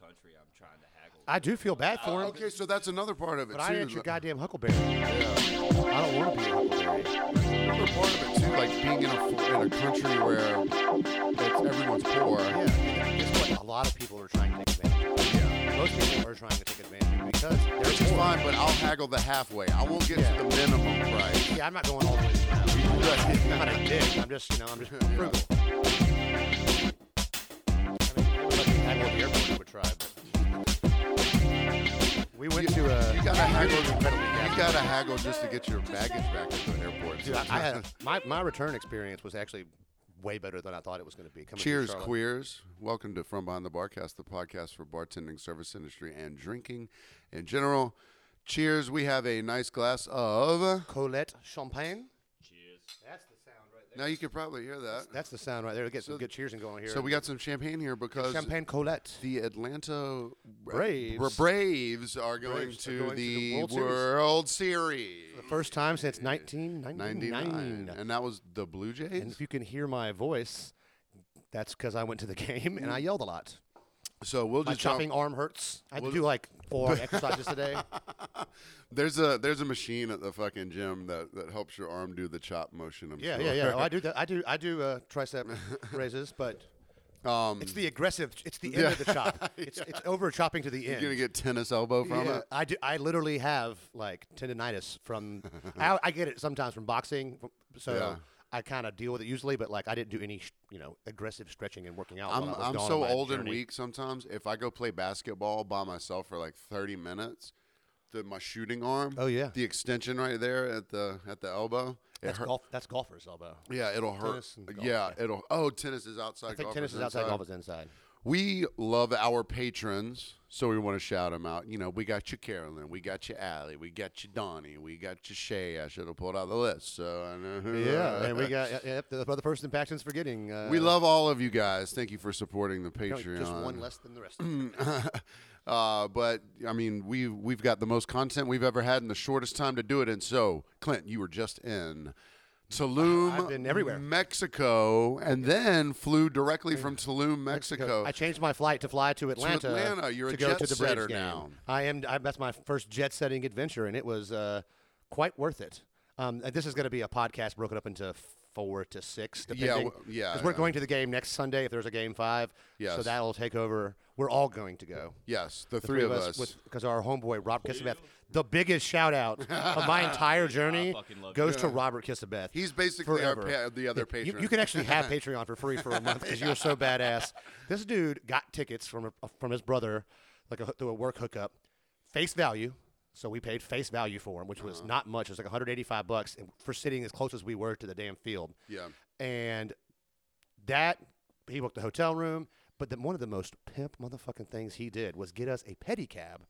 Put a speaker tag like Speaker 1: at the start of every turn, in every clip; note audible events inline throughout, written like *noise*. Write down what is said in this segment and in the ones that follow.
Speaker 1: country I'm trying to haggle.
Speaker 2: I do feel bad for him,
Speaker 3: Uh, Oh, Okay, so that's another part of it
Speaker 2: but
Speaker 3: too.
Speaker 2: I ain't your
Speaker 3: Like-
Speaker 2: goddamn huckleberry. I don't want to be a huckleberry.
Speaker 3: Another part of it too, like being in a, in a country where it's, everyone's poor.
Speaker 2: Yeah, guess what? A lot of people are trying to take advantage. Yeah. Most people are trying to take advantage because
Speaker 3: Which
Speaker 2: they're
Speaker 3: is
Speaker 2: poor.
Speaker 3: fine, but I'll haggle the halfway. I won't get
Speaker 2: Yeah.
Speaker 3: to the minimum price.
Speaker 2: Yeah, I'm not going all the way around.
Speaker 3: Right.
Speaker 2: I'm not a dick. I'm just, you know, I'm just frugal. I mean, I love the airport. I would try, but we went
Speaker 3: You-
Speaker 2: to a.
Speaker 3: You gotta haggle. You
Speaker 2: incredibly
Speaker 3: gotta haggle just to get your baggage back to the airport.
Speaker 2: Dude, I, I had my, my return experience was actually way better than I thought it was going to be. Coming from
Speaker 3: *laughs* Cheers,
Speaker 2: Charlotte.
Speaker 3: queers. Welcome to From Behind the Barcast, the podcast for bartending, service industry, and drinking in general. Cheers. We have a nice glass of.
Speaker 2: Colette champagne.
Speaker 1: Cheers.
Speaker 2: That's the sound right there.
Speaker 3: Now you can probably hear that.
Speaker 2: That's the sound right there. We get some good cheers and going here.
Speaker 3: So we got some champagne here because
Speaker 2: champagne Colette.
Speaker 3: the Atlanta uh,
Speaker 2: Braves.
Speaker 3: Bra- Braves are going
Speaker 2: Braves are
Speaker 3: to
Speaker 2: going to
Speaker 3: the,
Speaker 2: the
Speaker 3: World,
Speaker 2: World Series.
Speaker 3: Series.
Speaker 2: The first time since 1999.
Speaker 3: 99. And that was the Blue Jays?
Speaker 2: And if you can hear my voice, that's because I went to the *laughs* game
Speaker 3: Mm.
Speaker 2: and I yelled a lot.
Speaker 3: so we'll
Speaker 2: My
Speaker 3: just jump-
Speaker 2: chopping arm hurts. I had to do like
Speaker 3: *laughs*
Speaker 2: four exercises today.
Speaker 3: There's a there's a machine at the fucking gym that, that helps your arm do the chop motion. I'm
Speaker 2: Yeah,
Speaker 3: sure.
Speaker 2: yeah, yeah. Oh, I do that. I do. I do uh,
Speaker 3: *laughs*
Speaker 2: tricep raises, but
Speaker 3: Um,
Speaker 2: it's the aggressive. It's the end of the
Speaker 3: *laughs*
Speaker 2: chop. It's it's over chopping to the
Speaker 3: you're
Speaker 2: end.
Speaker 3: gonna get tennis elbow from
Speaker 2: Yeah,
Speaker 3: it.
Speaker 2: I do. I literally have like tendonitis
Speaker 3: *laughs*
Speaker 2: from. I, I get it sometimes from boxing, so
Speaker 3: Yeah.
Speaker 2: I kind of deal with it usually. But like, I didn't do any, sh- you know, aggressive stretching and working out.
Speaker 3: I'm
Speaker 2: while I was
Speaker 3: I'm
Speaker 2: gone on
Speaker 3: so
Speaker 2: my
Speaker 3: old and
Speaker 2: journey.
Speaker 3: weak sometimes. If I go play basketball by myself for like 30 minutes, the my shooting arm,
Speaker 2: Oh yeah,
Speaker 3: the extension right there at the at the elbow, it
Speaker 2: that's
Speaker 3: hurt.
Speaker 2: golf. That's golfer's elbow.
Speaker 3: Yeah, it'll hurt.
Speaker 2: Tennis and golf,
Speaker 3: yeah,
Speaker 2: yeah.
Speaker 3: it'll. Oh, tennis is outside.
Speaker 2: I think
Speaker 3: golf
Speaker 2: tennis is outside,
Speaker 3: inside.
Speaker 2: golf is inside.
Speaker 3: We love our patrons, so we want to shout them out. You know, we got you, Carolyn. We got you, Allie. We got you, Donnie. We got you, Shay. I should have pulled out the list. So I know who.
Speaker 2: Yeah,
Speaker 3: *laughs*
Speaker 2: and we got the other person Paxton's forgetting. Uh,
Speaker 3: we love all of you guys. Thank you for supporting the
Speaker 2: you know,
Speaker 3: Patreon.
Speaker 2: just one less than the rest. of them.
Speaker 3: uh, but I mean, we we've got the most content we've ever had in the shortest time to do it. And so, Clint, you were just in Tulum,
Speaker 2: I've been everywhere.
Speaker 3: Mexico, and then flew directly from Tulum, Mexico.
Speaker 2: I changed my flight to fly to Atlanta.
Speaker 3: Atlanta. You're
Speaker 2: to
Speaker 3: a
Speaker 2: go
Speaker 3: jet
Speaker 2: to the Braves
Speaker 3: setter
Speaker 2: game.
Speaker 3: now.
Speaker 2: I am. I, that's my first jet setting adventure, and it was uh, quite worth it. Um, and this is going to be a podcast broken up into four to six,
Speaker 3: Yeah,
Speaker 2: depending.
Speaker 3: w- yeah,
Speaker 2: Because we're
Speaker 3: yeah.
Speaker 2: going to the game next Sunday if there's a game five.
Speaker 3: Yes.
Speaker 2: So that'll take over. We're all going to go.
Speaker 3: yes, the, three, of us.
Speaker 2: because our homeboy Rob Kissabeth, the biggest shout out of
Speaker 3: *laughs*
Speaker 2: my entire journey
Speaker 1: fucking love
Speaker 2: goes to Robert Kissabeth.
Speaker 3: He's basically our
Speaker 2: forever.
Speaker 3: pa- the other
Speaker 2: Yeah, you-
Speaker 3: patron.
Speaker 2: You, can actually have
Speaker 3: *laughs*
Speaker 2: Patreon for free for a month because you're so badass. This dude got tickets from a, from his brother, like a, hoo- through a work hookup, face value. So we paid face value for him, which was
Speaker 3: Uh-huh.
Speaker 2: not much. It was like 185 bucks and- for sitting as close as we were to the damn field.
Speaker 3: yeah.
Speaker 2: And that he booked the hotel room. But the, one of the most pimp motherfucking things he did was get us a pedicab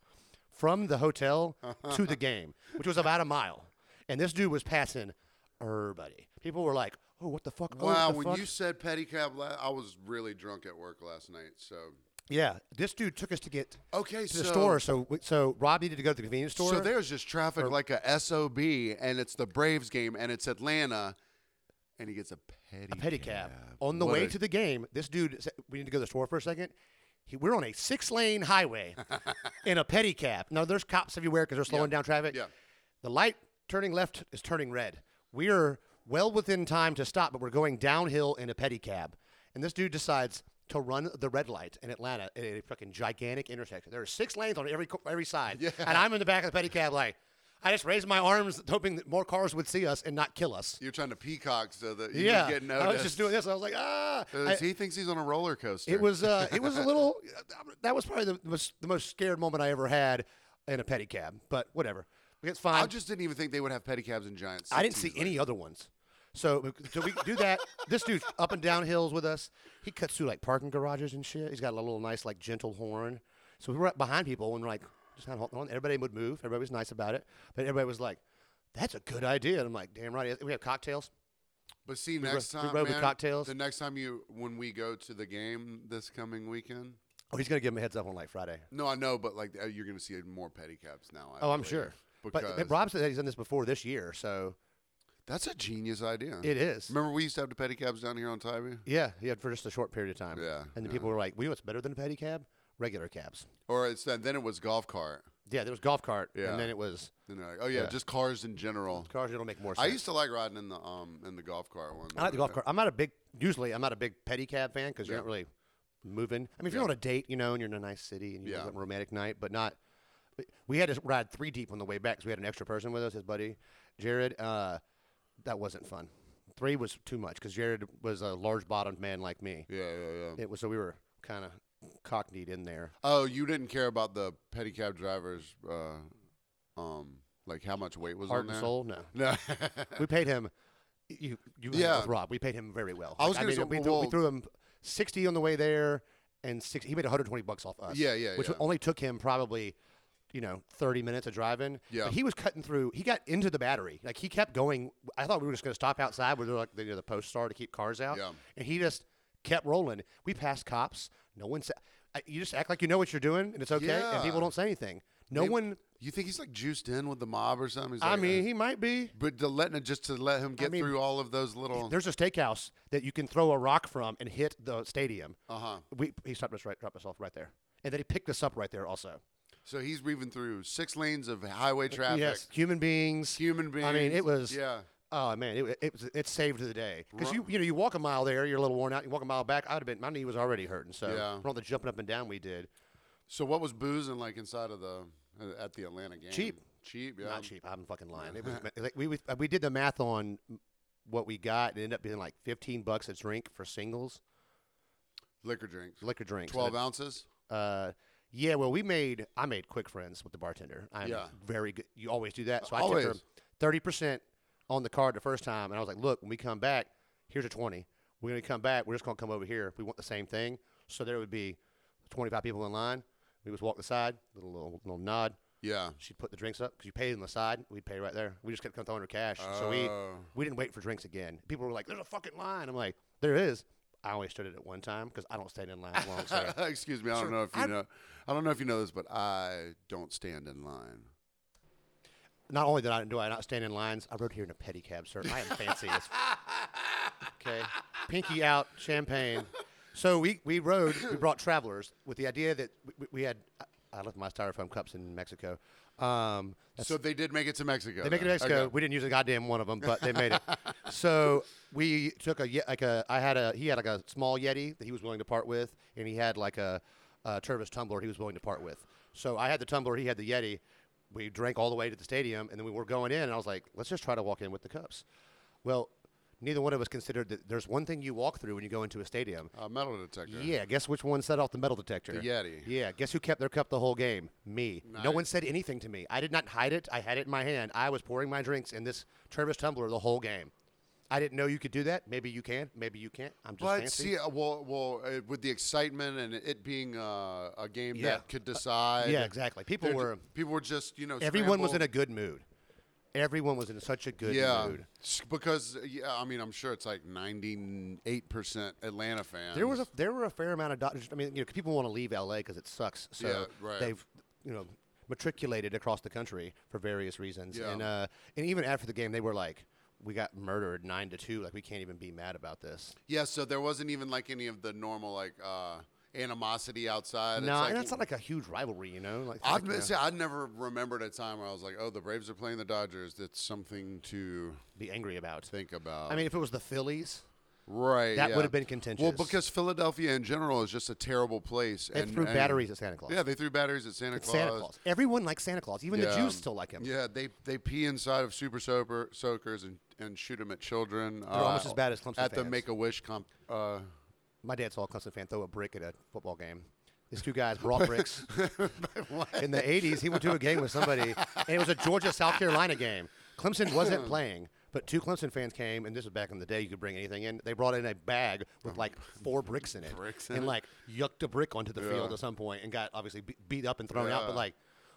Speaker 2: from the
Speaker 3: *laughs*
Speaker 2: hotel to the game, which was about a mile. And this dude was passing everybody. People were like, "Oh, what the fuck? Oh, what
Speaker 3: Wow,
Speaker 2: the
Speaker 3: when
Speaker 2: fuck?"
Speaker 3: you said pedicab, la- I was really drunk at work last night. So
Speaker 2: yeah, this dude took us to get
Speaker 3: okay,
Speaker 2: to
Speaker 3: so
Speaker 2: the store. So we- so Rob needed to go to the convenience store.
Speaker 3: So there's just traffic like a sob, and it's the Braves game, and it's Atlanta, and he gets a pedicab.
Speaker 2: a pedicab on the
Speaker 3: What
Speaker 2: way
Speaker 3: a-
Speaker 2: to the game. This dude, said, we need to go to the store for a second. He, we're on a six-lane highway
Speaker 3: *laughs*
Speaker 2: in a pedicab. Now there's cops everywhere because they're slowing down traffic.
Speaker 3: Yeah.
Speaker 2: The light turning left is turning red. We're well within time to stop, but we're going downhill in a pedicab. And this dude decides to run the red light in Atlanta at a fucking gigantic intersection. There are six lanes on every co- every side, and I'm in the back of the pedicab like. I just raised my arms, hoping that more cars would see us and not kill us.
Speaker 3: You're trying to peacock so that you
Speaker 2: Yeah,
Speaker 3: get noticed.
Speaker 2: I was just doing this. I was like, ah.
Speaker 3: Uh,
Speaker 2: I-
Speaker 3: he thinks he's on a roller coaster.
Speaker 2: it was uh, it was a little. That was probably the most the most scared moment I ever had in a pedicab. But whatever, it's fine.
Speaker 3: I just didn't even think they would have pedicabs in Giants.
Speaker 2: I didn't see any other ones. So, so we do that. this dude's up and down hills with us. He cuts through like parking garages and shit. He's got a little nice like gentle horn. So we were up behind people and like just kind of holding on. Everybody would move. Everybody was nice about it. But everybody was like, "That's a good idea." And I'm like, "Damn right." We have cocktails.
Speaker 3: But see, next
Speaker 2: ro- we
Speaker 3: time,
Speaker 2: rode with
Speaker 3: man,
Speaker 2: cocktails.
Speaker 3: the next time you when we go to the game this coming weekend.
Speaker 2: Oh, he's gonna give him a heads up on like Friday.
Speaker 3: No, I know, but like uh, you're going to see more pedicabs now. I
Speaker 2: Oh, I'm
Speaker 3: believe,
Speaker 2: sure. But,
Speaker 3: Because
Speaker 2: but Rob said that he's done this before this year, so
Speaker 3: that's a genius idea.
Speaker 2: it is.
Speaker 3: Remember, we used to have the pedicabs down here on Tybee.
Speaker 2: Yeah, yeah, for just a short period of time.
Speaker 3: Yeah,
Speaker 2: And the
Speaker 3: yeah.
Speaker 2: people were like, "We know what's better than a pedicab? regular cabs.
Speaker 3: Or it's that, then it was golf cart.
Speaker 2: Yeah, there was golf cart,
Speaker 3: Yeah.
Speaker 2: and then it was
Speaker 3: And they're like, oh yeah,
Speaker 2: Yeah.
Speaker 3: just cars in general.
Speaker 2: cars. It'll make more sense.
Speaker 3: I used to like riding in the um in the golf cart one.
Speaker 2: I like the golf cart. I'm not a big usually. I'm not a big pedicab fan because you're
Speaker 3: Yeah.
Speaker 2: not really moving. I mean, if you're
Speaker 3: Yeah.
Speaker 2: on a date, you know, and you're in a nice city and you
Speaker 3: Yeah.
Speaker 2: have a romantic night, but not. but We had to ride three deep on the way back because we had an extra person with us, his buddy Jared. Uh, that wasn't fun. Three was too much because Jared was a large-bottomed man like me.
Speaker 3: Yeah, yeah, yeah.
Speaker 2: It was so we were kind of cockneyed in there.
Speaker 3: Oh, you didn't care about the pedicab drivers, uh, um, like how much weight was
Speaker 2: Heart
Speaker 3: on
Speaker 2: and
Speaker 3: there?
Speaker 2: soul, no.
Speaker 3: *laughs* No.
Speaker 2: We paid him. You you hung out
Speaker 3: Yeah.
Speaker 2: with Rob. We paid him very well.
Speaker 3: I was gonna
Speaker 2: mean,
Speaker 3: say,
Speaker 2: we, threw, we
Speaker 3: well-
Speaker 2: threw him sixty on the way there, and six. He made one hundred twenty bucks off us.
Speaker 3: Yeah, yeah,
Speaker 2: Which
Speaker 3: yeah.
Speaker 2: only took him probably, you know, thirty minutes of driving.
Speaker 3: Yeah.
Speaker 2: But he was cutting through. He got into the battery. Like he kept going. I thought we were just going to stop outside where they're like you know, the posts are to keep cars out.
Speaker 3: Yeah.
Speaker 2: And he just kept rolling. We passed cops. No one said. I- You just act like you know what you're doing, and it's okay,
Speaker 3: Yeah.
Speaker 2: and people don't say anything. No
Speaker 3: Maybe-
Speaker 2: one.
Speaker 3: you think he's like juiced in with the mob or something? He's
Speaker 2: I
Speaker 3: like,
Speaker 2: mean,
Speaker 3: uh,
Speaker 2: he might be.
Speaker 3: but to let just to let him get
Speaker 2: mean,
Speaker 3: through all of those little.
Speaker 2: There's a steakhouse that you can throw a rock from and hit the stadium.
Speaker 3: Uh huh.
Speaker 2: We he stopped us right, dropped us off right there, and then he picked us up right there also.
Speaker 3: So he's weaving through six lanes of highway traffic.
Speaker 2: Yes, human beings.
Speaker 3: Human beings.
Speaker 2: I mean, it was.
Speaker 3: Yeah.
Speaker 2: Oh man, it, it was. It saved the day because
Speaker 3: Ru-
Speaker 2: you you know you walk a mile there, you're a little worn out. You walk a mile back. I would have been. My knee was already hurting. So
Speaker 3: Yeah.
Speaker 2: from all the jumping up and down we did,
Speaker 3: So what was boozing like inside of the uh, at the Atlanta game?
Speaker 2: Cheap.
Speaker 3: Cheap. Yeah.
Speaker 2: not cheap. I'm fucking lying. It
Speaker 3: *laughs*
Speaker 2: was like we we, we did the math on what we got. It ended up being like 15 bucks a drink for singles
Speaker 3: Liquor drinks.
Speaker 2: liquor drinks. and
Speaker 3: Twelve ounces.
Speaker 2: Uh, yeah, well, we made I made quick friends with the bartender. I'm
Speaker 3: Yeah.
Speaker 2: very good. You always do that. So I
Speaker 3: Always.
Speaker 2: tipped her thirty percent on the card the first time, and I was like, "Look, when we come back, here's a twenty. We're gonna come back. We're just gonna come over here. We want the same thing." So there would be twenty five people in line. We just walk the side, little little, little nod.
Speaker 3: Yeah. *laughs*
Speaker 2: She'd put the drinks up because you paid on the side. We'd pay right there. We just kept throwing her cash. So we
Speaker 3: Oh.
Speaker 2: we didn't wait for drinks again. People were like, "There's a fucking line." I'm like, "There is." I only stood it at one time because I don't stand in line long. So
Speaker 3: Excuse me. I don't know if you know. I don't know if you know this, but I don't stand in line.
Speaker 2: Not only did I do I not stand in lines, I rode here in a pedicab, sir. I am fancy as okay. Pinky out, champagne. So we, we rode. We brought travelers with the idea that we- we, we had. I- I left my styrofoam cups in Mexico. Um, that's-
Speaker 3: So they did make it to Mexico.
Speaker 2: they make it in
Speaker 3: then.
Speaker 2: Mexico.
Speaker 3: Okay.
Speaker 2: We didn't use a goddamn one of them, but they made it. so we took a ye- like a I had a he had like a small Yeti that he was willing to part with, and he had like a, a Turvis tumbler he was willing to part with. So I had the tumbler, he had the Yeti. We drank all the way to the stadium, and then we were going in, and I was like, let's just try to walk in with the cups. Well, neither one of us considered that there's one thing you walk through when you go into a stadium.
Speaker 3: Uh, metal detector.
Speaker 2: Yeah, guess which one set off the metal detector?
Speaker 3: The Yeti.
Speaker 2: Yeah, guess who kept their cup the whole game? Me. No one said anything to me. I did not hide it. I had it in my hand. I was pouring my drinks in this Travis tumbler the whole game. I didn't know you could do that. Maybe you can. Maybe you can't. I'm just
Speaker 3: But
Speaker 2: fancy.
Speaker 3: see, uh, well, well, uh, with the excitement and it being uh, a game
Speaker 2: Yeah.
Speaker 3: that could decide.
Speaker 2: yeah, exactly. People
Speaker 3: they're ju-
Speaker 2: were.
Speaker 3: people were just you know.
Speaker 2: Everyone was in
Speaker 3: scrambled.
Speaker 2: a good mood. Everyone was in such a good
Speaker 3: yeah
Speaker 2: mood.
Speaker 3: S- because uh, yeah, I mean I'm sure it's like 98 percent Atlanta fans.
Speaker 2: There was a there were a fair amount of Dodgers. I mean, you know, people want to leave LA because it sucks. So
Speaker 3: Yeah, right.
Speaker 2: they've you know matriculated across the country for various reasons.
Speaker 3: Yeah.
Speaker 2: And uh, and even after the game, they were like, "We got murdered nine to two. Like we can't even be mad about this."
Speaker 3: yeah, so there wasn't even like any of the normal like uh, animosity outside.
Speaker 2: no,
Speaker 3: it's
Speaker 2: and
Speaker 3: like,
Speaker 2: that's not like a huge rivalry, you know. Like,
Speaker 3: I've
Speaker 2: like, you know,
Speaker 3: see, I never remembered a time where I was like, "Oh, the Braves are playing the Dodgers. That's something to
Speaker 2: be angry about.
Speaker 3: think about."
Speaker 2: I mean, if it was the Phillies,
Speaker 3: right?
Speaker 2: that
Speaker 3: yeah.
Speaker 2: would've been
Speaker 3: Well,
Speaker 2: contentious.
Speaker 3: because Philadelphia in general is just a terrible place.
Speaker 2: they
Speaker 3: and,
Speaker 2: threw
Speaker 3: and-
Speaker 2: batteries at Santa Claus.
Speaker 3: Yeah, they threw batteries at Santa Claus.
Speaker 2: Santa Claus. Everyone likes Santa Claus. Even the
Speaker 3: Yeah.
Speaker 2: Jews still like him.
Speaker 3: Yeah, they they pee inside of super soaper soakers and and shoot them at children. They're
Speaker 2: almost as bad as Clemson
Speaker 3: at the
Speaker 2: fans.
Speaker 3: Make a Wish comp. Uh,
Speaker 2: My dad saw a Clemson fan throw a brick at a football game. These two guys brought bricks.
Speaker 3: *laughs*
Speaker 2: In the 80s, he went to a game with somebody, and it was a Georgia South Carolina game. Clemson wasn't
Speaker 3: Hmm.
Speaker 2: playing, but two Clemson fans came, and this was back in the day, you could bring anything in. They brought in a bag with like four bricks in it,
Speaker 3: Bricks in
Speaker 2: and
Speaker 3: it?
Speaker 2: like yucked a brick onto the field at some point and got obviously be- beat up and thrown out. But
Speaker 3: Yeah.
Speaker 2: like,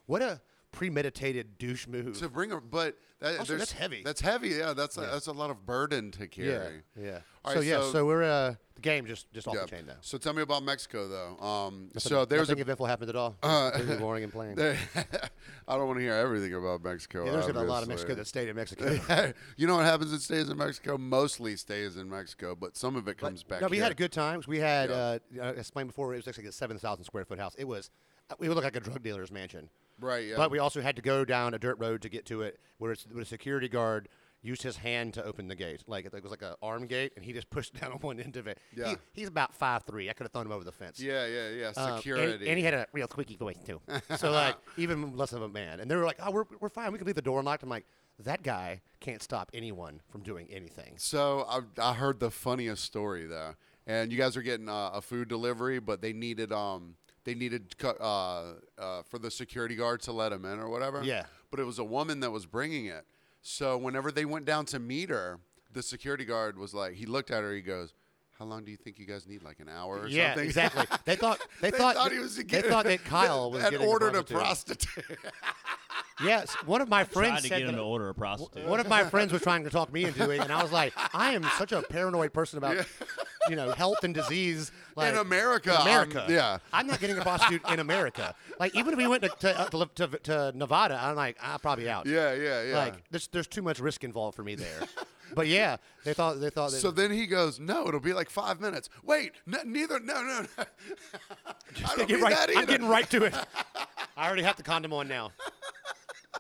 Speaker 2: what a premeditated douche move.
Speaker 3: to bring a but that,
Speaker 2: Also,
Speaker 3: there's-
Speaker 2: that's heavy.
Speaker 3: That's heavy. Yeah, that's a, that's a lot of burden to carry.
Speaker 2: yeah.
Speaker 3: All
Speaker 2: so
Speaker 3: right,
Speaker 2: yeah,
Speaker 3: so-
Speaker 2: so, we're uh, the game just just off
Speaker 3: Yeah.
Speaker 2: the chain though.
Speaker 3: So tell me about Mexico, though. Um,
Speaker 2: Nothing-
Speaker 3: so there's a.
Speaker 2: nothing eventful happened at all.
Speaker 3: Uh,
Speaker 2: Really boring and plain.
Speaker 3: there- *laughs* I don't want to hear everything about Mexico.
Speaker 2: yeah, there's gonna be a lot of
Speaker 3: obviously.
Speaker 2: Mexico that stayed in
Speaker 3: *laughs*
Speaker 2: Mexico. *laughs*
Speaker 3: you know what happens? It stays in Mexico. Mostly stays in Mexico, but some of it comes back.
Speaker 2: No, we had
Speaker 3: here.
Speaker 2: a good time. We had,
Speaker 3: Yeah.
Speaker 2: uh, I explained before, it was actually a 7,000 square foot house. It was, it looked like a drug dealer's mansion.
Speaker 3: Right, yeah.
Speaker 2: But we also had to go down a dirt road to get to it where, it's, where the security guard used his hand to open the gate. Like it was like an arm gate, and he just *laughs* pushed down on one end of it. He-
Speaker 3: Yeah.
Speaker 2: he's about five three. I could have thrown him over the fence.
Speaker 3: Yeah, yeah,
Speaker 2: Um,
Speaker 3: yeah.
Speaker 2: and-
Speaker 3: Security.
Speaker 2: and, he had a real squeaky voice too. So
Speaker 3: *laughs*
Speaker 2: like even less of a man. And they were like, "Oh, we're, we're fine. We can leave the door unlocked." I'm like, that guy can't stop anyone from doing anything.
Speaker 3: So I, I heard the funniest story though, and you guys are getting uh, a food delivery, but they needed um they needed cu- uh, uh, for the security guard to let him in or whatever.
Speaker 2: Yeah.
Speaker 3: But it was a woman that was bringing it. So whenever they went down to meet her, the security guard was like, he looked at her, he goes. How long do you think you guys need? Like an hour or
Speaker 2: Yeah,
Speaker 3: something? *laughs*
Speaker 2: exactly. They thought they, thought,
Speaker 3: he was
Speaker 2: they
Speaker 3: getting- *laughs*
Speaker 2: thought that Kyle was
Speaker 3: had
Speaker 2: getting the
Speaker 3: ordered a
Speaker 2: prostitute.
Speaker 3: prostitute.
Speaker 2: Yes, one of my
Speaker 1: Trying
Speaker 2: friends
Speaker 1: to
Speaker 2: said
Speaker 1: get him
Speaker 2: that-
Speaker 1: to order a
Speaker 2: *laughs*
Speaker 1: prostitute.
Speaker 2: one of my friends was trying to talk me into it, and I was like, I am such a paranoid person about you know health and
Speaker 3: *laughs*
Speaker 2: disease. Like,
Speaker 3: America,
Speaker 2: in
Speaker 3: I'm-
Speaker 2: America,
Speaker 3: yeah.
Speaker 2: I'm not getting a prostitute in America. Like even if we went to to, uh, to, live- to, to Nevada, I'm like, I'm probably out.
Speaker 3: yeah, yeah, yeah.
Speaker 2: Like there's there's too much risk involved for me
Speaker 3: *laughs*
Speaker 2: there. but yeah, they thought they thought that
Speaker 3: So then he goes, "No, it'll be like five minutes." Wait, n- neither. No, no,
Speaker 2: *laughs*
Speaker 3: no. I don't
Speaker 2: Get
Speaker 3: need
Speaker 2: right-
Speaker 3: that either.
Speaker 2: I'm getting right
Speaker 3: *laughs*
Speaker 2: to it. I already have the condom on now.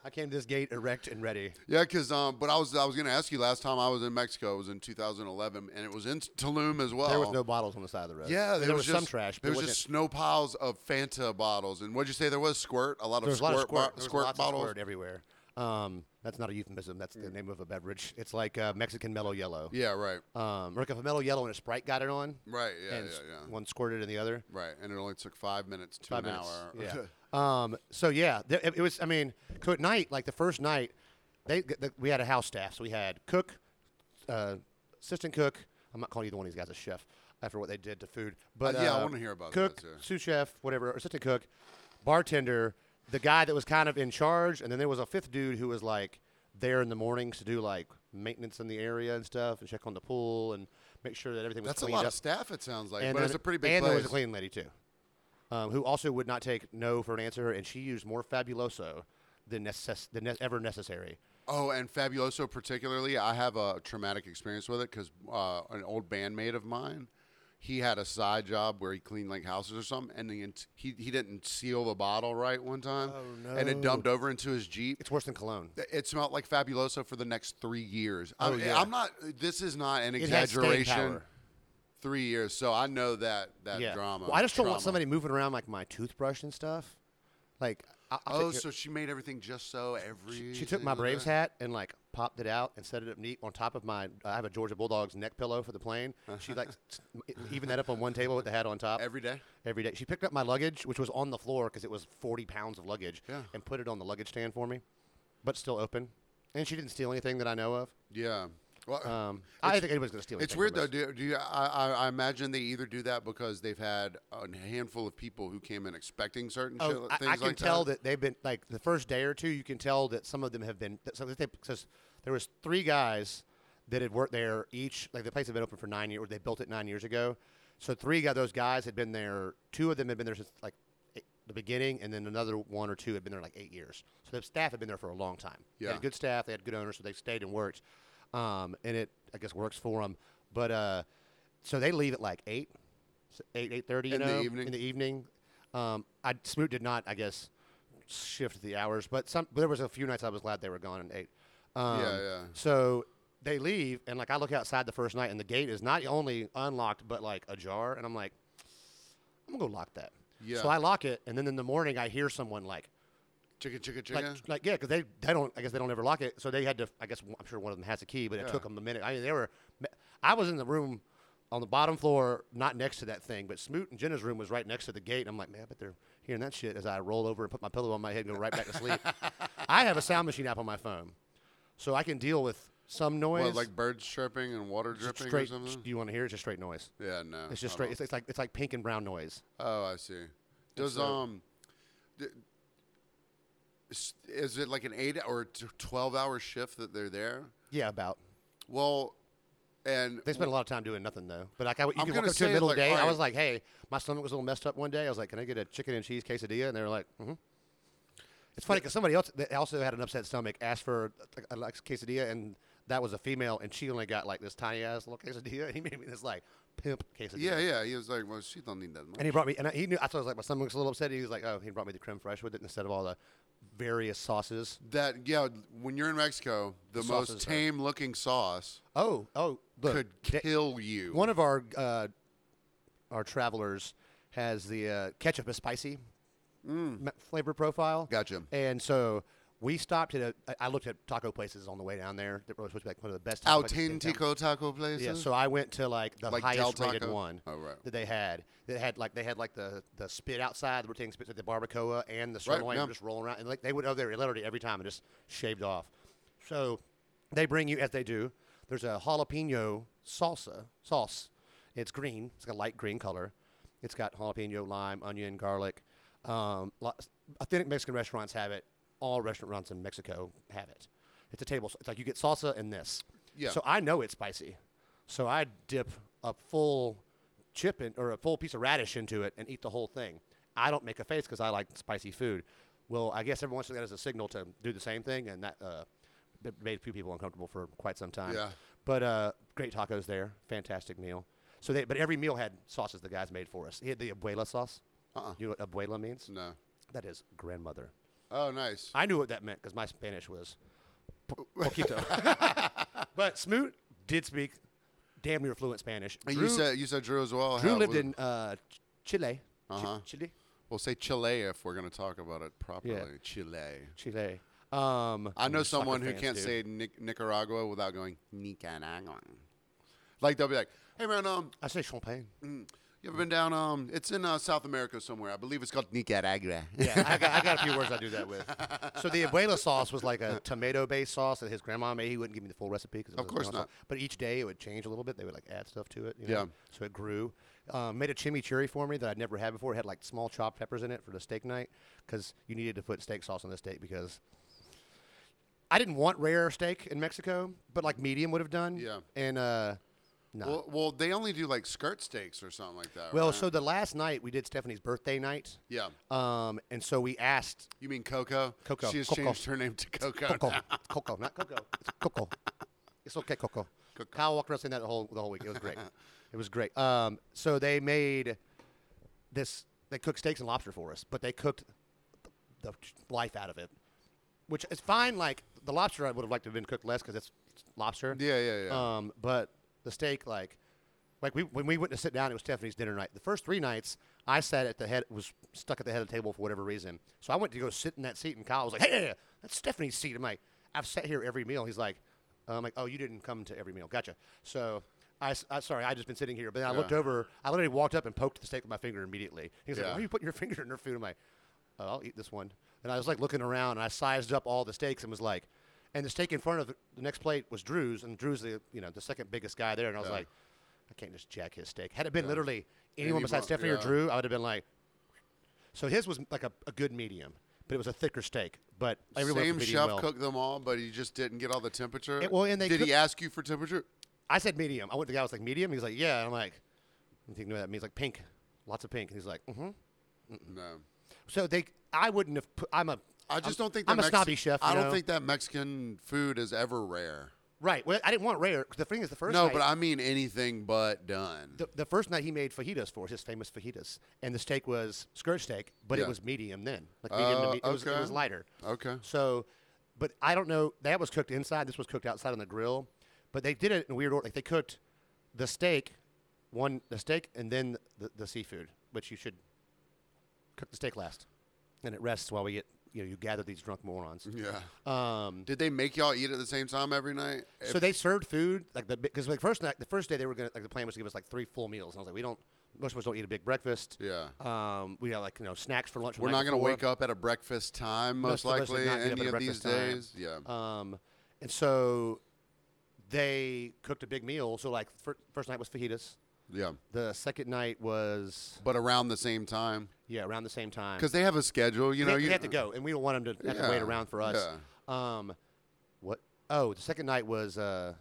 Speaker 2: I came to this gate erect and ready.
Speaker 3: Yeah, because um, but I was I was gonna ask you last time I was in Mexico. It was in 2011, and it was in Tulum as well.
Speaker 2: There was no bottles on the side of the road.
Speaker 3: Oh. Yeah,
Speaker 2: there, was,
Speaker 3: just,
Speaker 2: some trash. But
Speaker 3: There
Speaker 2: it
Speaker 3: was
Speaker 2: wasn't-
Speaker 3: just snow piles of Fanta bottles, and what'd you say? There was squirt, a lot of
Speaker 2: there was a
Speaker 3: squirt,
Speaker 2: lot of squirt,
Speaker 3: bo-
Speaker 2: there was
Speaker 3: squirt
Speaker 2: lots of
Speaker 3: bottles. Mm.
Speaker 2: squirt everywhere. Um, that's not a euphemism. That's the name of a beverage. It's like uh, Mexican mellow yellow.
Speaker 3: Yeah, right,
Speaker 2: Um, or like if a mellow yellow and a Sprite got it on,
Speaker 3: right, yeah,
Speaker 2: and
Speaker 3: yeah,
Speaker 2: s-
Speaker 3: yeah,
Speaker 2: one squirted in the other.
Speaker 3: right. And it only took five minutes to
Speaker 2: Five
Speaker 3: an
Speaker 2: minutes.
Speaker 3: hour.
Speaker 2: Yeah. um, so yeah, there, it, it was. I mean, so at night, like the first night, they the, we had a house staff. So we had cook, uh, assistant cook. I'm not calling either one of these guys a chef after what they did to food. But
Speaker 3: Uh, yeah, I
Speaker 2: uh,
Speaker 3: wanna hear about
Speaker 2: cook,
Speaker 3: that, too.
Speaker 2: sous chef, whatever, assistant cook, bartender, the guy that was kind of in charge, and then there was a fifth dude who was like there in the mornings to do like maintenance in the area and stuff, and check on the pool and make sure that everything was
Speaker 3: *laughs* That's a
Speaker 2: cleaned
Speaker 3: lot
Speaker 2: up
Speaker 3: of staff. It sounds like,
Speaker 2: and
Speaker 3: but
Speaker 2: then,
Speaker 3: it's a pretty big
Speaker 2: and
Speaker 3: place.
Speaker 2: there was a clean lady too, um, who also would not take no for an answer, and she used more fabuloso than, necess- than ne- ever necessary.
Speaker 3: Oh, and Fabuloso particularly, I have a traumatic experience with it because uh, an old bandmate of mine, he had a side job where he cleaned like houses or something, and the, ent- he he didn't seal the bottle right one time,
Speaker 2: Oh,
Speaker 3: and it dumped over into his jeep.
Speaker 2: It's worse than cologne.
Speaker 3: Th- It smelled like Fabuloso for the next three years.
Speaker 2: Oh,
Speaker 3: I'm,
Speaker 2: yeah.
Speaker 3: I'm not. This is not an
Speaker 2: It has staying
Speaker 3: exaggeration.
Speaker 2: power.
Speaker 3: Three years, so I know that that
Speaker 2: yeah.
Speaker 3: drama.
Speaker 2: Well, I just don't want
Speaker 3: trauma.
Speaker 2: somebody moving around like my toothbrush and stuff. Like, I, I'll
Speaker 3: Oh,
Speaker 2: take your-
Speaker 3: so she made everything just so every.
Speaker 2: she took my
Speaker 3: single
Speaker 2: Braves
Speaker 3: day.
Speaker 2: hat and like popped it out and set it up neat on top of my. I have a Georgia Bulldogs neck pillow for the plane. She like s- even that up on one table with the hat on top.
Speaker 3: Uh-huh. *laughs* every day.
Speaker 2: every day. She picked up my luggage, which was on the floor because it was 40 pounds of luggage,
Speaker 3: Yeah.
Speaker 2: and put it on the luggage stand for me, but still open. And she didn't steal anything that I know of.
Speaker 3: Yeah. Well,
Speaker 2: Um, I didn't think anybody's going to steal anything.
Speaker 3: It's weird
Speaker 2: from
Speaker 3: though.
Speaker 2: us.
Speaker 3: Do, do you, I, I, I imagine they either do that because they've had a handful of people who came in expecting certain shit,
Speaker 2: Oh, I,
Speaker 3: things
Speaker 2: I can
Speaker 3: like
Speaker 2: tell that. they've been like the first day or two. You can tell that some of them have been. That, so they, because there was three guys that had worked there each. Like the place had been open for nine years. They built it nine years ago. So three of those guys had been there. Two of them had been there since like eight, the beginning, and then another one or two had been there like eight years. So the staff had been there for a long time. They
Speaker 3: Yeah.
Speaker 2: had good staff. They had good owners, so they stayed and worked. Um, and it I guess works for them. But uh, so they leave at like eight, s- eight eight thirty. You
Speaker 3: In the
Speaker 2: know,
Speaker 3: evening?
Speaker 2: in the evening. Um, I Smoot did not, I guess, shift the hours, but some but there was a few nights I was glad they were gone and ate. Um,
Speaker 3: yeah.
Speaker 2: So they leave, and like I look outside the first night, and the gate is not only unlocked but like ajar, and I'm like, I'm gonna go lock that.
Speaker 3: Yeah.
Speaker 2: So I lock it, and then in the morning I hear someone like,
Speaker 3: chicken, chicken,
Speaker 2: like,
Speaker 3: chicken.
Speaker 2: like yeah, because they they don't, I guess they don't ever lock it, so they had to. I guess I'm sure one of them has a key, but it
Speaker 3: Yeah.
Speaker 2: took them a minute. I mean, they were. I was in the room on the bottom floor, not next to that thing, but Smoot and Jenna's room was right next to the gate. And I'm like, man, I bet they're hearing that shit as I roll over and put my pillow on my head and go right back to
Speaker 3: *laughs*
Speaker 2: sleep. I have a sound machine app on my phone, so I can deal with some noise.
Speaker 3: what, like birds chirping and water
Speaker 2: Just
Speaker 3: dripping
Speaker 2: straight.
Speaker 3: or something.
Speaker 2: Do you want to hear it? It's just straight noise.
Speaker 3: yeah, no.
Speaker 2: It's just
Speaker 3: I
Speaker 2: straight.
Speaker 3: don't-
Speaker 2: It's, it's like it's like pink and brown noise.
Speaker 3: oh, I see. Does
Speaker 2: so-
Speaker 3: um, d- s- is it like an eight or t- twelve hour shift that they're there?
Speaker 2: Yeah, about.
Speaker 3: Well, and
Speaker 2: They spent a lot of time doing nothing though. But like I, you
Speaker 3: I'm
Speaker 2: could
Speaker 3: gonna
Speaker 2: walk up to the
Speaker 3: say,
Speaker 2: middle of the day.
Speaker 3: like,
Speaker 2: I
Speaker 3: alright.
Speaker 2: was like, hey, my stomach was a little messed up one day. I was like, can I get a chicken and cheese quesadilla? And they were like, mm-hmm. It's funny because somebody else that also had an upset stomach asked for a, a, a quesadilla, and that was a female, and she only got like this tiny ass little quesadilla. And he made me this like pimp quesadilla.
Speaker 3: yeah, yeah. He was like, well, she don't need that much.
Speaker 2: And he brought me, and I, he knew. I thought I was like my stomach's a little upset. He was like, oh, he brought me the creme fraiche with it instead of all the various sauces.
Speaker 3: that yeah, when you're in Mexico, the
Speaker 2: Sauces are-
Speaker 3: most tame looking sauce
Speaker 2: Oh, oh, look,
Speaker 3: could
Speaker 2: da-
Speaker 3: kill you.
Speaker 2: One of our uh, our travelers has the uh, ketchup is spicy m- flavor profile.
Speaker 3: Gotcha.
Speaker 2: And so we stopped at a. I- I looked at taco places on the way down there that were supposed to be like one of the best. taco places in town.
Speaker 3: Auténtico taco place.
Speaker 2: Yeah. So I went to like the
Speaker 3: Like Del
Speaker 2: highest rated
Speaker 3: Taco?
Speaker 2: one
Speaker 3: Oh, right.
Speaker 2: that they had. That had like they had like the the spit outside, the rotating spit, the barbacoa and the sirloin
Speaker 3: yeah.
Speaker 2: were just rolling around, and like they would go there literally every time and just shaved off. So they bring you as they do. There's a jalapeno salsa sauce. It's green. It's got a light green color. It's got jalapeno, lime, onion, garlic. Um, lo- authentic Mexican restaurants have it. All restaurants in Mexico have it. It's a table. It's like you get salsa and this.
Speaker 3: Yeah.
Speaker 2: So I know it's spicy. So I dip a full chip in, or a full piece of radish into it and eat the whole thing. I don't make a face because I like spicy food. Well, I guess everyone took that as a signal to do the same thing, and that uh, that made a few people uncomfortable for quite some time.
Speaker 3: Yeah.
Speaker 2: But uh, great tacos there, fantastic meal. So they, but every meal had sauces the guys made for us. He had the abuela sauce.
Speaker 3: Uh-uh.
Speaker 2: You know what abuela means?
Speaker 3: No.
Speaker 2: That is grandmother.
Speaker 3: Oh, nice.
Speaker 2: I knew what that meant because my Spanish was po- poquito. *laughs* but Smoot did speak damn near fluent Spanish.
Speaker 3: And
Speaker 2: Drew,
Speaker 3: you said you said Drew as well.
Speaker 2: Drew
Speaker 3: How
Speaker 2: lived
Speaker 3: was-
Speaker 2: in uh, Ch- Chile. Ch-
Speaker 3: Uh-huh.
Speaker 2: Chile?
Speaker 3: We'll say Chile if we're going to talk about it properly. Chile.
Speaker 2: Chile. Um,
Speaker 3: I know
Speaker 2: we're soccer
Speaker 3: someone who
Speaker 2: fans,
Speaker 3: can't
Speaker 2: dude.
Speaker 3: say Nic- Nicaragua without going Nicaragua. Like they'll be like, "Hey man, um,
Speaker 2: I say champagne.
Speaker 3: mm, you ever been down? Um, it's in uh, South America somewhere. I believe it's called
Speaker 2: *laughs*
Speaker 3: Nicaragua."
Speaker 2: Yeah, I got, I got a few words I do that with. So the abuela sauce was like a tomato-based sauce that his grandma made. He wouldn't give me the full recipe because
Speaker 3: Of course not.
Speaker 2: But each day it would change a little bit. They would like add stuff to it. You
Speaker 3: Yeah.
Speaker 2: know? So it grew. Um, made a chimichurri for me that I'd never had before. It had like small chopped peppers in it for the steak night because you needed to put steak sauce on the steak because I didn't want rare steak in Mexico, but like medium would have done.
Speaker 3: Yeah.
Speaker 2: And uh, no.
Speaker 3: Well, well, they only do like skirt steaks or something like that.
Speaker 2: well,
Speaker 3: right?
Speaker 2: so the last night we did Stephanie's birthday night.
Speaker 3: yeah,
Speaker 2: Um, and so we asked
Speaker 3: you mean Coco?
Speaker 2: Coco,
Speaker 3: She has
Speaker 2: Coco.
Speaker 3: changed her name to Coco.
Speaker 2: Coco.
Speaker 3: *laughs*
Speaker 2: It's Coco, not Coco. It's Coco. It's okay, Coco. Kyle walked around saying that the whole the whole week. It was great. it was great. Um, so they made this. They cooked steaks and lobster for us, but they cooked the life out of it, which is fine. Like the lobster, I would have liked to have been cooked less because it's lobster.
Speaker 3: Yeah, yeah, yeah.
Speaker 2: Um, but the steak, like, like we when we went to sit down, it was Stephanie's dinner night. The first three nights, I sat at the head, was stuck at the head of the table for whatever reason. So I went to go sit in that seat, and Kyle was like, "Hey, that's Stephanie's seat." I'm like, "I've sat here every meal." He's like, "I'm like, oh, you didn't come to every meal, gotcha." So. I, s- I- sorry, I just been sitting here. But then I looked over. I literally walked up and poked the steak with my finger immediately. He's like,
Speaker 3: Yeah.
Speaker 2: "Why are you putting your *laughs* finger in her food?" I'm like, oh, I'll eat this one. And I was like looking around and I sized up all the steaks and was like, and the steak in front of the the next plate was Drew's, and Drew's the you know the second biggest guy there, and I was like, I can't just jack his steak. Had it been literally anyone
Speaker 3: Anyone,
Speaker 2: besides Stephanie or
Speaker 3: yeah.
Speaker 2: Drew, I would have been like. So his was like a, a good medium, but it was a thicker steak. But everyone
Speaker 3: Same
Speaker 2: was medium
Speaker 3: chef
Speaker 2: well.
Speaker 3: cooked them all, but he just didn't get all the temperature.
Speaker 2: well, and they
Speaker 3: did
Speaker 2: cook-
Speaker 3: he ask you for temperature?
Speaker 2: I said medium. I went to the guy. I was like medium. He was like, yeah. And I'm like, I think you know what that means like pink, lots of pink. And he's like, mm-hmm.
Speaker 3: No.
Speaker 2: so they. I wouldn't have. Put, I'm a.
Speaker 3: I just don't think that
Speaker 2: I'm a
Speaker 3: Mex-
Speaker 2: snobby chef.
Speaker 3: I
Speaker 2: you
Speaker 3: don't
Speaker 2: know?
Speaker 3: think that Mexican food is ever rare.
Speaker 2: Right. Well, I didn't want rare. 'cause The thing is, the first
Speaker 3: no,
Speaker 2: night,
Speaker 3: but I mean anything but done.
Speaker 2: the, the first night he made fajitas for us, his famous fajitas, and the steak was skirt steak, but
Speaker 3: Yeah.
Speaker 2: it was medium then, like medium to
Speaker 3: Oh,
Speaker 2: me- it, was, it
Speaker 3: okay.
Speaker 2: was lighter.
Speaker 3: okay.
Speaker 2: So, but I don't know. That was cooked inside. This was cooked outside on the grill, but they did it in a weird order. Like they cooked the steak, one the steak, and then the, the seafood, which you should cook the steak last, and it rests while we get you know you gather these drunk morons.
Speaker 3: Yeah.
Speaker 2: Um,
Speaker 3: Did they make y'all eat at the same time every night? If-
Speaker 2: so they served food like the because like first night the first day they were gonna like the plan was to give us like three full meals and I was like we don't most of us don't eat a big breakfast
Speaker 3: yeah.
Speaker 2: um we got like you know snacks for lunch
Speaker 3: We're not
Speaker 2: going to
Speaker 3: wake up at a breakfast time, most,
Speaker 2: Most of us did
Speaker 3: likely,
Speaker 2: not get up
Speaker 3: any
Speaker 2: at a
Speaker 3: of these
Speaker 2: breakfast
Speaker 3: days. Yeah.
Speaker 2: um and so they cooked a big meal so like fir- first night was fajitas
Speaker 3: yeah.
Speaker 2: the second night was
Speaker 3: But around the same time.
Speaker 2: yeah around the same time
Speaker 3: Because they have a schedule, you
Speaker 2: they,
Speaker 3: know.
Speaker 2: they
Speaker 3: you
Speaker 2: have to go and we don't want them to have to wait
Speaker 3: Yeah,
Speaker 2: around for us um what oh the second night was uh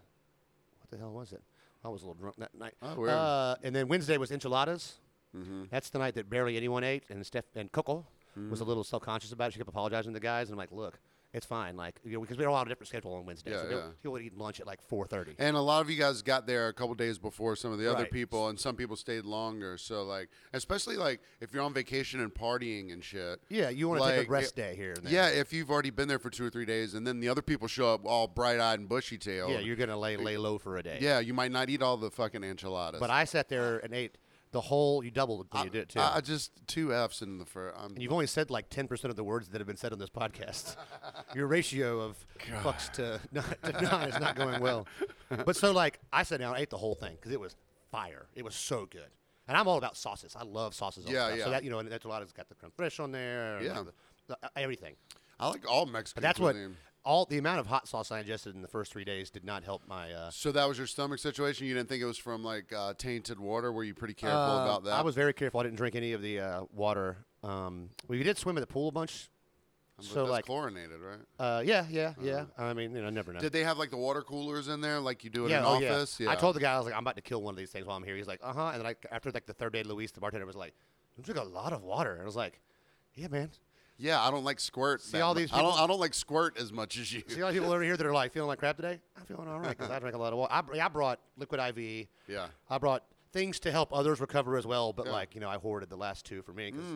Speaker 2: what the hell was it I was a little drunk that night.
Speaker 3: Oh, Mm-hmm. weird.
Speaker 2: Uh, and then Wednesday was enchiladas. That's the night that barely anyone ate, and Steph and Coco was a
Speaker 3: Mm.
Speaker 2: little self conscious about it. She kept apologizing to the guys, and I'm like, look. It's fine, like you know, because we are all on a different schedule on Wednesday.
Speaker 3: Yeah,
Speaker 2: so they-
Speaker 3: yeah.
Speaker 2: people would eat lunch at like four thirty.
Speaker 3: And a lot of you guys got there a couple days before some of the other
Speaker 2: Right.
Speaker 3: people, and some people stayed longer. So like, especially like if you're on vacation and partying and shit.
Speaker 2: Yeah, you want to take
Speaker 3: like,
Speaker 2: a rest
Speaker 3: it-
Speaker 2: day here. And there.
Speaker 3: Yeah, if you've already been there for two or three days, and then the other people show up all bright-eyed and bushy-tailed.
Speaker 2: yeah, you're gonna lay lay low for a day.
Speaker 3: oh, Yeah, you might not eat all the fucking enchiladas.
Speaker 2: But I sat there and ate the whole. You doubled when you did it too.
Speaker 3: I, I just two F's in the first. I'm,
Speaker 2: and you've only said like ten percent of the words that have been said on this
Speaker 3: *laughs*
Speaker 2: podcast. Your ratio of fucks to *laughs* not to not is not going well. But so like I sat down, and ate the whole thing because it was fire. It was so good. And I'm all about sauces. I love sauces. on
Speaker 3: Yeah,
Speaker 2: stuff.
Speaker 3: yeah.
Speaker 2: So that you know, and that's a lot. It's got the creme fraiche on there. and
Speaker 3: Yeah.
Speaker 2: the- the- everything.
Speaker 3: I like all Mexican.
Speaker 2: But that's what
Speaker 3: cuisine.
Speaker 2: all the amount of hot sauce I ingested in the first three days did not help my. Uh,
Speaker 3: So that was your stomach situation. You didn't think it was from like uh, tainted water. Were you pretty careful
Speaker 2: Uh,
Speaker 3: about that?
Speaker 2: I was very careful. I didn't drink any of the uh, water. Um, we did swim in the pool a bunch.
Speaker 3: But
Speaker 2: so
Speaker 3: that's
Speaker 2: like,
Speaker 3: chlorinated, right?
Speaker 2: uh, yeah, yeah, yeah. I mean, you know, never know.
Speaker 3: Did they have like the water coolers in there, like you do in
Speaker 2: yeah,
Speaker 3: an
Speaker 2: oh, yeah.
Speaker 3: office?
Speaker 2: I told the guy I was like, I'm about to kill one of these things while I'm here. He's like, uh huh. And then like after like the third day, Luis, the bartender, was like, you drink a lot of water. And I was like, yeah, man.
Speaker 3: Yeah, I don't like squirt. that
Speaker 2: all
Speaker 3: mu-
Speaker 2: these
Speaker 3: I don't.
Speaker 2: people-
Speaker 3: I don't like squirt as much as you.
Speaker 2: See all the people over here that are like feeling like crap today. I'm feeling all right because I drank a lot of water. I, br- I brought liquid IV.
Speaker 3: Yeah.
Speaker 2: I brought things to help others recover as well. But like you know, I hoarded the last two for me because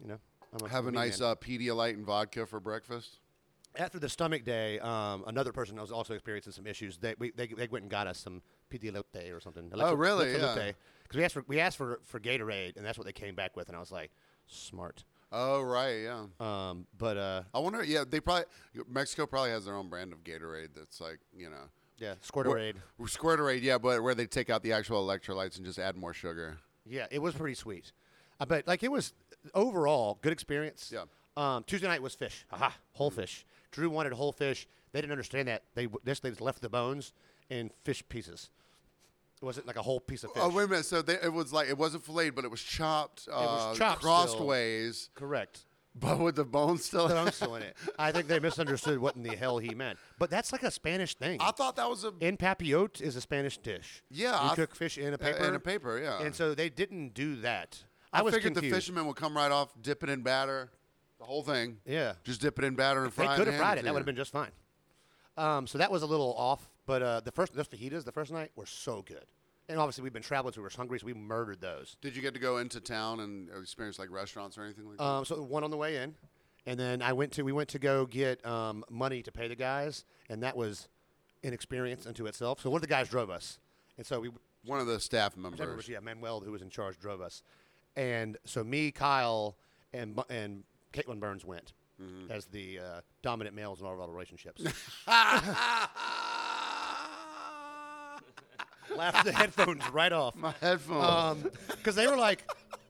Speaker 2: you know I'm a
Speaker 3: Mm. Have a
Speaker 2: me
Speaker 3: nice
Speaker 2: man.
Speaker 3: uh, Pedialyte and vodka for breakfast.
Speaker 2: after the stomach day, um, another person that was also experiencing some issues. They we, they, they went and got us some Pedialyte or something.
Speaker 3: Oh, really? Yeah.
Speaker 2: Because we asked for we asked for, for Gatorade, and that's what they came back with. And I was like, smart.
Speaker 3: Oh right, yeah.
Speaker 2: Um, but uh,
Speaker 3: I wonder. Yeah, they probably Mexico probably has their own brand of Gatorade. That's like you know,
Speaker 2: yeah, Squirterade.
Speaker 3: Squirterade. Yeah, but where they take out the actual electrolytes and just add more sugar.
Speaker 2: Yeah, it was pretty sweet. Uh, but like it was overall good experience.
Speaker 3: Yeah. Mm.
Speaker 2: Um, Tuesday night was fish. Aha, whole fish. Drew wanted whole fish. They didn't understand that. They w- this they just left the bones in fish pieces. It wasn't like a whole piece of fish.
Speaker 3: Oh wait a minute. So they, it was like it wasn't filleted, but it was chopped, uh,
Speaker 2: was chopped still.
Speaker 3: crossways,
Speaker 2: Correct.
Speaker 3: but with the bone still.
Speaker 2: that I'm still in it. I think they misunderstood what in the hell he meant. But that's like a Spanish thing.
Speaker 3: I thought that was a
Speaker 2: En papillote is a Spanish dish.
Speaker 3: Yeah,
Speaker 2: you
Speaker 3: I-
Speaker 2: cook fish in a
Speaker 3: uh,
Speaker 2: paper.
Speaker 3: in a paper, yeah.
Speaker 2: And so they didn't do that. I,
Speaker 3: I,
Speaker 2: was
Speaker 3: figured
Speaker 2: confused.
Speaker 3: the fishermen would come right off, dip it in batter, the whole thing.
Speaker 2: Yeah.
Speaker 3: Just dip it in batter and
Speaker 2: They
Speaker 3: fry it.
Speaker 2: could have
Speaker 3: and
Speaker 2: fried
Speaker 3: hand
Speaker 2: it. That
Speaker 3: to
Speaker 2: would have
Speaker 3: you.
Speaker 2: been just fine. Um, so that was a little off. But uh, the first, those fajitas, the first night were so good. And obviously we've been traveling, so we were hungry, so we murdered those.
Speaker 3: Did you get to go into town and experience like restaurants or anything like that?
Speaker 2: Um, so one on the way in, and then I went to we went to go get um, money to pay the guys, and that was an experience unto itself. So one of the guys drove us, and so we
Speaker 3: One of the staff
Speaker 2: September
Speaker 3: members.
Speaker 2: was- yeah, Manuel, who was in charge, drove us, and so me, Kyle, and Bu- and Caitlin Burns went as the uh, dominant males in all of our relationships. *laughs* Laughed the headphones right off
Speaker 3: *laughs* My headphones.
Speaker 2: Uh, because Um, they were like.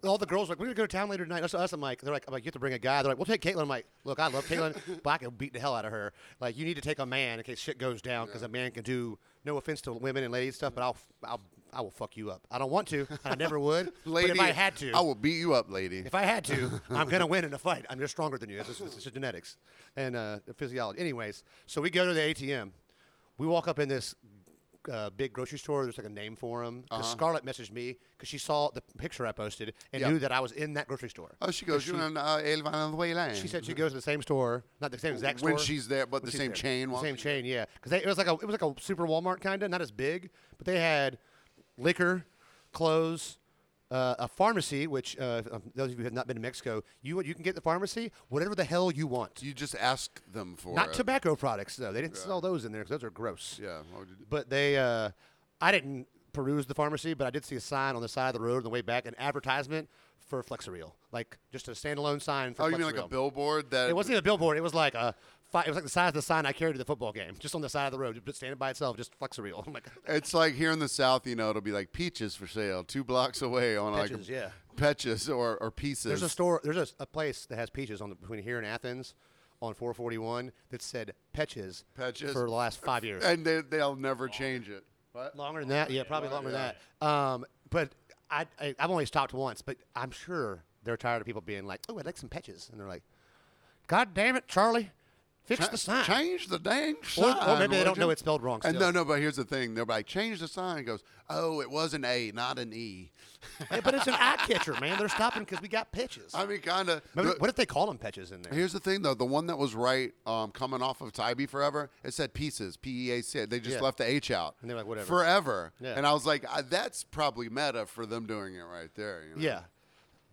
Speaker 2: All the girls were like, we're gonna go to town later tonight. That's us. I'm like, they're like, I'm like, you have to bring a guy. They're like, we'll take Caitlin. I'm like, look, I love Caitlin, but I can beat the hell out of her. Like, you need to take a man in case shit goes down, because a man can do. No offense to women and ladies stuff, but I'll, I'll, I will fuck you up. I don't want to. and I never would.
Speaker 3: lady,
Speaker 2: but if I had to,
Speaker 3: I will beat you up, lady.
Speaker 2: if I had to, I'm gonna win in a fight. I'm just stronger than you. This is, this is genetics and uh, physiology. Anyways, so we go to the ATM. We walk up in this uh, big grocery store. There's like a name for him.
Speaker 3: Uh-huh.
Speaker 2: Scarlett messaged me because she saw the picture I posted and
Speaker 3: Yeah.
Speaker 2: knew that I was in that grocery store.
Speaker 3: oh, she goes, you're in uh, El Valenzuela.
Speaker 2: She said she goes to the same store, not the same exact store.
Speaker 3: When she's there, but
Speaker 2: when
Speaker 3: the
Speaker 2: she's
Speaker 3: same
Speaker 2: there.
Speaker 3: chain
Speaker 2: The
Speaker 3: while
Speaker 2: same
Speaker 3: she's
Speaker 2: chain, yeah. Because it was like a it was like a super Walmart kind of, not as big, but they had liquor, clothes, uh, a pharmacy. Which uh, if- um, those of you who have not been to Mexico, you you can get the pharmacy whatever the hell you want.
Speaker 3: You just ask them for
Speaker 2: not
Speaker 3: it.
Speaker 2: tobacco products though. They didn't sell those in there because those are gross.
Speaker 3: Yeah. why would you do-
Speaker 2: But they, uh, I didn't peruse the pharmacy, but I did see a sign on the side of the road on the way back, an advertisement for Flexeril, like just a standalone sign for.
Speaker 3: Oh, you mean like a
Speaker 2: Flexeril.
Speaker 3: billboard that
Speaker 2: It wasn't even a billboard. It was like a fi- it was like the size of the sign I carried to the football game, just on the side of the road, just standing by itself, just *laughs* Oh flexoreel. I'm like,
Speaker 3: It's like here in the South, you know, it'll be like peaches for sale, two blocks away on like
Speaker 2: Peaches, yeah.
Speaker 3: peaches or, or pieces.
Speaker 2: there's a store, there's a, a place that has peaches on the, between here and Athens, on 441 that said peches,
Speaker 3: Peches.
Speaker 2: for the last five years.
Speaker 3: and they, they'll never change it. What?
Speaker 2: longer than that, yeah, probably longer than that. Um, but I, I I've only stopped once, but I'm sure they're tired of people being like, oh, I'd like some peaches, and they're like, God damn it, Charlie. Fix
Speaker 3: Cha-
Speaker 2: the sign.
Speaker 3: Change the dang
Speaker 2: Or,
Speaker 3: sign.
Speaker 2: or maybe they
Speaker 3: would
Speaker 2: don't
Speaker 3: you?
Speaker 2: know it's spelled wrong. Still.
Speaker 3: And no, no, but here's the thing. They're like, change the sign. It goes, oh, it was an A, not an E.
Speaker 2: Hey, but it's an eye catcher, man. They're stopping because we got pitches.
Speaker 3: I mean, kind of.
Speaker 2: Maybe- what if they call them pitches in there?
Speaker 3: Here's the thing, though. The one that was right um, coming off of Tybee forever, it said pieces, P E A C. They just
Speaker 2: Yeah.
Speaker 3: left the H out.
Speaker 2: And they're like, whatever.
Speaker 3: Forever.
Speaker 2: Yeah.
Speaker 3: And I was like, I, that's probably meta for them doing it right there. you know?
Speaker 2: Yeah.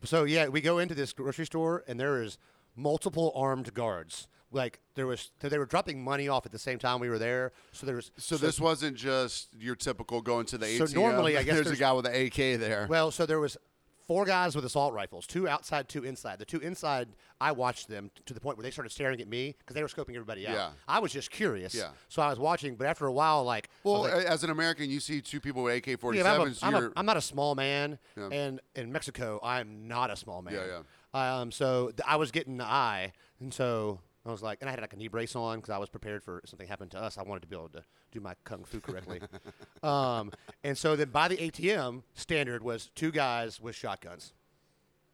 Speaker 2: So yeah, we go into this grocery store and there is multiple armed guards. Like there was, so they were dropping money off at the same time we were there. So there was.
Speaker 3: So, this wasn't just your typical going to the
Speaker 2: So
Speaker 3: ATM.
Speaker 2: normally,
Speaker 3: *laughs*
Speaker 2: I guess
Speaker 3: there's,
Speaker 2: there's-
Speaker 3: a guy with an AK there.
Speaker 2: Well, so there was four guys with assault rifles, two outside, two inside. The two inside, I watched them t- to the point where they started staring at me because they were scoping everybody out.
Speaker 3: Yeah.
Speaker 2: I was just curious.
Speaker 3: Yeah.
Speaker 2: So I was watching, but after a while, like, I was
Speaker 3: well,
Speaker 2: like,
Speaker 3: a- as an American, you see two people with AK
Speaker 2: Yeah, but I'm, a,
Speaker 3: 47s.
Speaker 2: I'm, a-
Speaker 3: you're,
Speaker 2: I'm not a small man,
Speaker 3: Yeah.
Speaker 2: and in Mexico, I'm not a small man.
Speaker 3: Yeah,
Speaker 2: yeah. Um, so th- I was getting the eye, and so I was like, and I had like a knee brace on because I was prepared for if something happened to us. I wanted to be able to do my kung fu
Speaker 3: *laughs*
Speaker 2: correctly. um, and so then by the ATM standard was two guys with shotguns,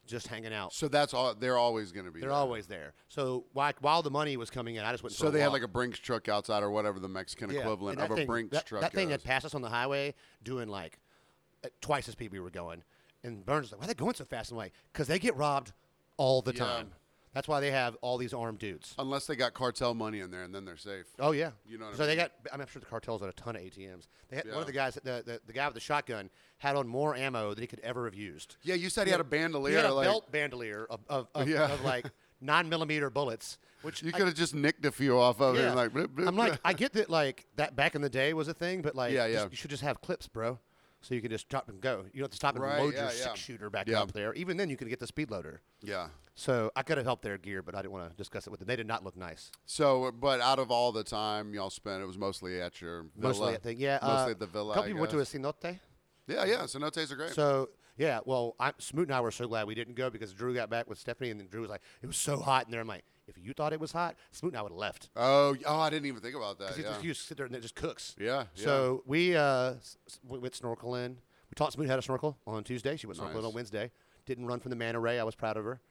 Speaker 2: just hanging out.
Speaker 3: so that's all. They're always going to be
Speaker 2: They're
Speaker 3: there.
Speaker 2: always there. So like while the money was coming in, I just went.
Speaker 3: So
Speaker 2: for
Speaker 3: they
Speaker 2: a
Speaker 3: had
Speaker 2: walk.
Speaker 3: like a Brinks truck outside or whatever the Mexican
Speaker 2: Yeah,
Speaker 3: equivalent
Speaker 2: and
Speaker 3: of
Speaker 2: that
Speaker 3: a
Speaker 2: thing-
Speaker 3: Brinks
Speaker 2: that,
Speaker 3: truck
Speaker 2: That thing
Speaker 3: is.
Speaker 2: had passed us on the highway doing like at twice the speed we were going. And Burns was like, why are they going so fast? I'm like, because they get robbed all the
Speaker 3: Yeah.
Speaker 2: time. That's why they have all these armed dudes.
Speaker 3: Unless they got cartel money in there and then they're safe.
Speaker 2: Oh yeah,
Speaker 3: You know what I
Speaker 2: so they
Speaker 3: mean?
Speaker 2: got. I'm sure the cartels had a ton of ATMs. They had, One
Speaker 3: Yeah.
Speaker 2: of the guys, the, the the guy with the shotgun, had on more ammo than he could ever have used.
Speaker 3: Yeah, you said he had a bandolier.
Speaker 2: He had a
Speaker 3: like,
Speaker 2: belt bandolier of of, of,
Speaker 3: *laughs* Yeah.
Speaker 2: of like nine millimeter bullets, which
Speaker 3: You
Speaker 2: I-
Speaker 3: could have just nicked a few off of it
Speaker 2: Yeah.
Speaker 3: and like, bloop, bloop,
Speaker 2: I'm like,
Speaker 3: *laughs*
Speaker 2: I get that, like, that back in the day was a thing, but, like,
Speaker 3: Yeah,
Speaker 2: just-
Speaker 3: yeah.
Speaker 2: you should just have clips, bro. So you can just drop and go. You don't have to stop and
Speaker 3: Right,
Speaker 2: load your
Speaker 3: yeah, yeah.
Speaker 2: six shooter back
Speaker 3: Yeah.
Speaker 2: up there. Even then, you can get the speed loader.
Speaker 3: yeah.
Speaker 2: So I could have helped their gear, but I didn't want to discuss it with them. They did not look nice.
Speaker 3: So, but out of all the time y'all spent, it was mostly at your villa.
Speaker 2: Mostly, I think. Yeah.
Speaker 3: Mostly
Speaker 2: uh,
Speaker 3: at the villa.
Speaker 2: A couple
Speaker 3: I
Speaker 2: people went to a
Speaker 3: guess.
Speaker 2: cenote.
Speaker 3: Yeah, yeah. So no taste are great.
Speaker 2: So, yeah, well, I, Smoot and I were so glad we didn't go because Drew got back with Stephanie, and then Drew was like, it was so hot in there. I'm like, if you thought it was hot, Smoot and I would have left.
Speaker 3: oh, y- oh, I didn't even think about that.
Speaker 2: Because
Speaker 3: Yeah.
Speaker 2: just, you just sit there and it just cooks.
Speaker 3: Yeah,
Speaker 2: So we uh, s- s- we went snorkeling. We taught Smoot how to snorkel on Tuesday. She went snorkeling
Speaker 3: Nice.
Speaker 2: on Wednesday. Didn't run from the manta ray. I was proud of her.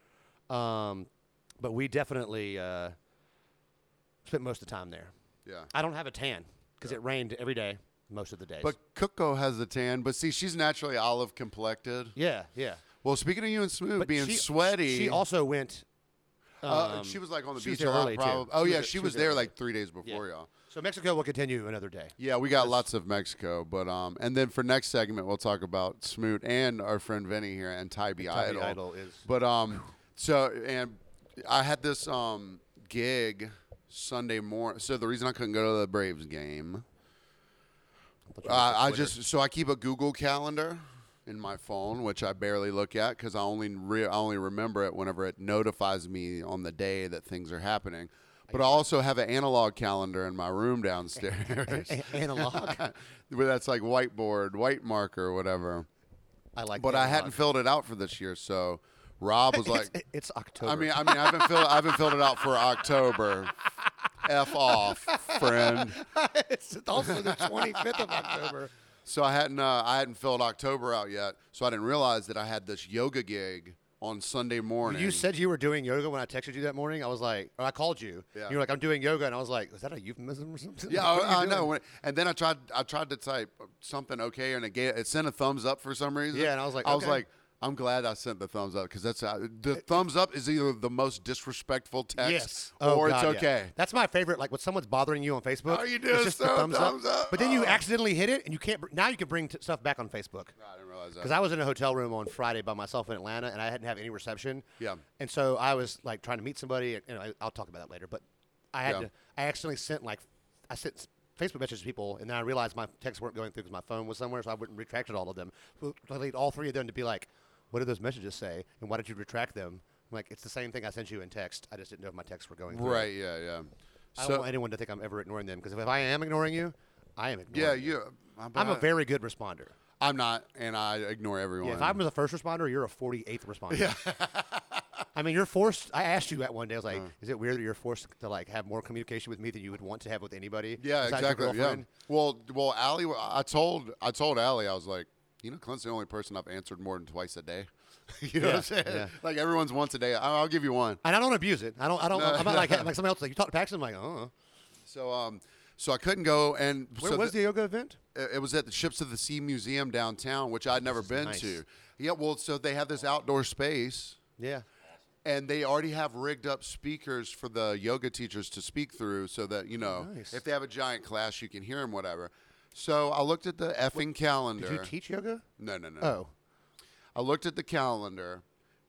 Speaker 2: Um, but we definitely uh, spent most of the time there.
Speaker 3: yeah.
Speaker 2: I don't have a tan because it rained every day most of the days.
Speaker 3: But Coco has the tan, but see, she's naturally olive complected.
Speaker 2: yeah, yeah.
Speaker 3: Well, speaking of you and Smooth
Speaker 2: But
Speaker 3: being
Speaker 2: she-
Speaker 3: sweaty,
Speaker 2: She also went.
Speaker 3: uh,
Speaker 2: um,
Speaker 3: she was like on the
Speaker 2: she was
Speaker 3: beach a
Speaker 2: there
Speaker 3: lot.
Speaker 2: early, too.
Speaker 3: probably.
Speaker 2: She
Speaker 3: Oh
Speaker 2: was
Speaker 3: yeah,
Speaker 2: there-
Speaker 3: she
Speaker 2: she
Speaker 3: was
Speaker 2: was there
Speaker 3: there
Speaker 2: early.
Speaker 3: like three days before y'all.
Speaker 2: so Mexico will continue another day.
Speaker 3: Yeah, we got lots of Mexico, but um, and then for next segment we'll talk about Smoot and our friend Vinny here and Tybee
Speaker 2: Tybee
Speaker 3: Idol.
Speaker 2: Idol is-
Speaker 3: but um, so and I had this um gig Sunday morning. So the reason I couldn't go to the Braves game, uh, I just so I keep a Google calendar in my phone, which I barely look at because I only re- I only remember it whenever it notifies me on the day that things are happening. But I also have an analog calendar in my room
Speaker 2: *laughs*
Speaker 3: downstairs. *laughs*
Speaker 2: A- analog.
Speaker 3: But that's like whiteboard, white marker, or whatever.
Speaker 2: I like.
Speaker 3: But I
Speaker 2: analog.
Speaker 3: hadn't filled it out for this year, so Rob was like,
Speaker 2: *laughs* It's, it's October.
Speaker 3: "I mean, *laughs* I mean, I haven't filled, I haven't filled it out for October." F off, friend.
Speaker 2: it's also *laughs* the 25th of October.
Speaker 3: So I hadn't, uh, I hadn't filled October out yet, so I didn't realize that I had this yoga gig on Sunday morning.
Speaker 2: You said you were doing yoga when I texted you that morning. I was like, or I called you.
Speaker 3: Yeah.
Speaker 2: You were like, I'm doing yoga. And I was like, is that a euphemism or something?
Speaker 3: Yeah,
Speaker 2: *laughs* What are you
Speaker 3: I, I
Speaker 2: doing?
Speaker 3: know. When- And then I tried, I tried to type something okay, and it gave, it sent a thumbs up for some reason.
Speaker 2: Yeah, and I was like,
Speaker 3: I was
Speaker 2: okay.
Speaker 3: like, I'm glad I sent the thumbs up because that's uh, the thumbs up is either the most disrespectful text
Speaker 2: Yes. Oh,
Speaker 3: or
Speaker 2: God, yeah.
Speaker 3: it's okay.
Speaker 2: That's my favorite. Like when someone's bothering you on Facebook.
Speaker 3: How you
Speaker 2: It's
Speaker 3: doing,
Speaker 2: just the
Speaker 3: son?
Speaker 2: thumbs,
Speaker 3: Thumbs up.
Speaker 2: But then you
Speaker 3: Oh.
Speaker 2: accidentally hit it and you can't, br- now you can bring t- stuff back on Facebook.
Speaker 3: I didn't realize
Speaker 2: Because
Speaker 3: that.
Speaker 2: I was in a hotel room on Friday by myself in Atlanta, and I hadn't have any reception.
Speaker 3: Yeah.
Speaker 2: And so I was like trying to meet somebody, and you know, I, I'll talk about that later. But I had
Speaker 3: Yeah.
Speaker 2: to. I accidentally sent like I sent s- Facebook messages to people, and then I realized my texts weren't going through because my phone was somewhere, so I wouldn't retracted all of them. So I need all three of them to be like, "What did those messages say? And why did you retract them?" I'm like, "It's the same thing I sent you in text. I just didn't know if my texts were going through."
Speaker 3: right? Yeah, yeah.
Speaker 2: I don't
Speaker 3: So
Speaker 2: want anyone to think I'm ever ignoring them because if I am ignoring you, I am ignoring.
Speaker 3: yeah,
Speaker 2: you.
Speaker 3: you. uh,
Speaker 2: I'm a very good responder.
Speaker 3: I'm not, and I ignore everyone.
Speaker 2: Yeah, if I'm the first responder, you're a 48th responder. Yeah. *laughs* I mean, you're forced. I asked you that one day. I was
Speaker 3: Uh.
Speaker 2: like, "Is it weird that you're forced to like have more communication with me than you would want to have with anybody?"
Speaker 3: Yeah,
Speaker 2: besides your
Speaker 3: exactly. Yeah.
Speaker 2: girlfriend?"
Speaker 3: Well, well, Allie, I told, I told Allie, I was like, you know, Clint's the only person I've answered more than twice a day. *laughs* you know what I'm
Speaker 2: Yeah,
Speaker 3: saying?
Speaker 2: yeah.
Speaker 3: Like everyone's once a day. I'll, I'll give you one.
Speaker 2: And I don't abuse it. I don't. I don't. I'm not like, like somebody else. Like you talk to Paxton, I'm like, oh.
Speaker 3: So um, so I couldn't go, and
Speaker 2: Where
Speaker 3: so
Speaker 2: was
Speaker 3: th-
Speaker 2: the yoga event?
Speaker 3: it- it was at the Ships of the Sea Museum downtown, which I'd never been
Speaker 2: nice.
Speaker 3: to. Yeah, well, so they have this outdoor space,
Speaker 2: Yeah.
Speaker 3: and they already have rigged up speakers for the yoga teachers to speak through, so that you know,
Speaker 2: Nice.
Speaker 3: if they have a giant class, you can hear them, whatever. So I looked at the effing calendar.
Speaker 2: Did you teach yoga?
Speaker 3: no, no, no.
Speaker 2: Oh.
Speaker 3: I looked at the calendar,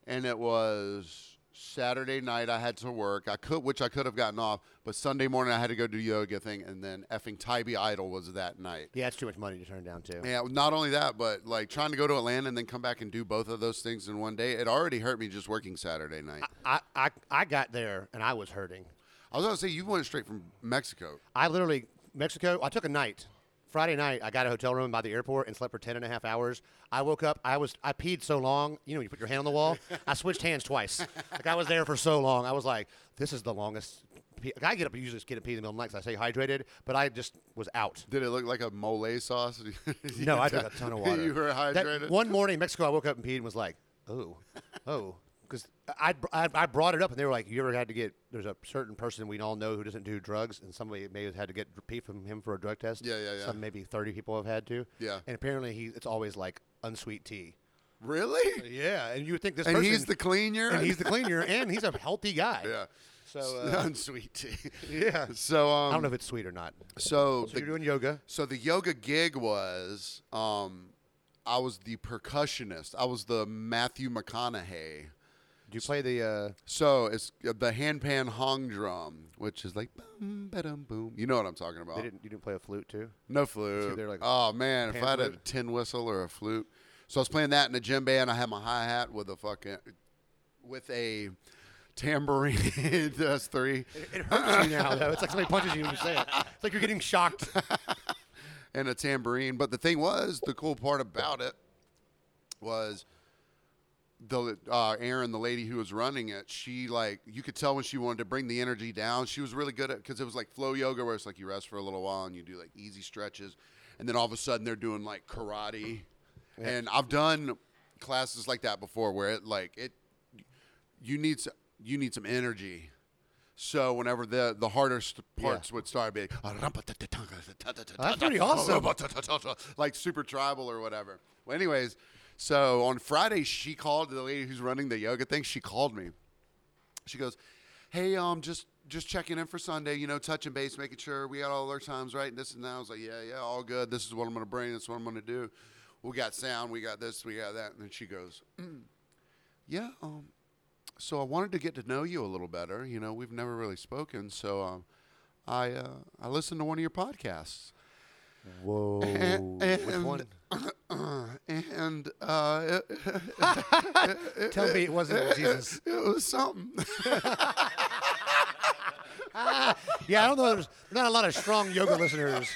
Speaker 3: and it was Saturday night. I had to work. I could, which I could have gotten off, but Sunday morning I had to go do yoga thing, and then effing Tybee Idol was that night.
Speaker 2: Yeah, it's too much money to turn down too.
Speaker 3: Yeah, not only that, but like trying to go to Atlanta and then come back and do both of those things in one day, it already hurt me just working Saturday night.
Speaker 2: I, I I got there and I was hurting.
Speaker 3: I was gonna say you went straight from Mexico.
Speaker 2: I literally Mexico. I took a night. Friday night, I got a hotel room by the airport and slept for 10 and a half hours. I woke up. I was I peed so long. You know, when you put your hand on the wall. I switched hands twice. Like I was there for so long. I was like, this is the longest. Pee. Like, I get up usually just get a pee in the middle of the night 'cause I stay hydrated, but I just was out.
Speaker 3: Did it look like a mole sauce? *laughs*
Speaker 2: *laughs* No, I drank a ton of water.
Speaker 3: you were
Speaker 2: That- *laughs*
Speaker 3: hydrated.
Speaker 2: one morning in Mexico, I woke up and peed and was like, oh, oh. Because I, I, I brought it up and they were like, you ever had to get, there's a certain person we all know who doesn't do drugs and somebody may have had to get dr- pee from him for a drug test.
Speaker 3: Yeah, yeah, yeah.
Speaker 2: Some maybe 30 people have had to.
Speaker 3: Yeah.
Speaker 2: And apparently he, it's always like unsweet tea.
Speaker 3: really?
Speaker 2: Yeah. And you would think this
Speaker 3: And
Speaker 2: person.
Speaker 3: he's the cleaner.
Speaker 2: *laughs* and he's the cleaner and he's a healthy guy.
Speaker 3: yeah.
Speaker 2: So, *laughs* uh,
Speaker 3: *laughs* unsweet tea.
Speaker 2: yeah.
Speaker 3: So um,
Speaker 2: I don't know if it's sweet or not.
Speaker 3: So,
Speaker 2: So
Speaker 3: the,
Speaker 2: you're doing yoga.
Speaker 3: so the yoga gig was um, I was the percussionist. I was the Matthew McConaughey.
Speaker 2: Do you play the, uh,
Speaker 3: So it's uh, the handpan hong drum, which is like boom, ba-dum, boom. You know what I'm talking about?
Speaker 2: they didn't, you didn't play a flute too?
Speaker 3: No flute.
Speaker 2: they're like
Speaker 3: oh man, if
Speaker 2: pan
Speaker 3: I had a
Speaker 2: flute.
Speaker 3: tin whistle or a flute. So I was playing that in a djembe, and I had my hi hat with a fucking with a tambourine. *laughs* That's three.
Speaker 2: It hurts you now, though. It's like somebody punches you when you say it. It's like you're getting shocked.
Speaker 3: and a tambourine. But the thing was, the cool part about it was the uh, Aaron, the lady who was running it, she like you could tell when she wanted to bring the energy down. She was really good at because it was like flow yoga, where it's like you rest for a little while and you do like easy stretches, and then all of a sudden they're doing like karate. And I've done classes like that before, where it like it you need s- you need some energy. So whenever the the hardest parts would start, I'd be like,
Speaker 2: That's pretty
Speaker 3: *laughs*
Speaker 2: awesome.
Speaker 3: like super tribal or whatever. Well, anyways, so on Friday she called the lady who's running the yoga thing. She called me. She goes, "Hey, um, just just checking in for Sunday. You know, touching base, making sure we got all our times right and this and that." I was like, "Yeah, yeah, all good. This is what I'm gonna bring. This is what I'm gonna do. We got sound. We got this. We got that." And then she goes, "Mm, "Yeah, um, so I wanted to get to know you a little better. You know, we've never really spoken, so um, I uh, I listened to one of your podcasts."
Speaker 2: Whoa. Which one?
Speaker 3: and uh, it,
Speaker 2: Tell me it wasn't Jesus.
Speaker 3: it was something. *laughs*
Speaker 2: Yeah, I don't know. There's not a lot of strong yoga listeners.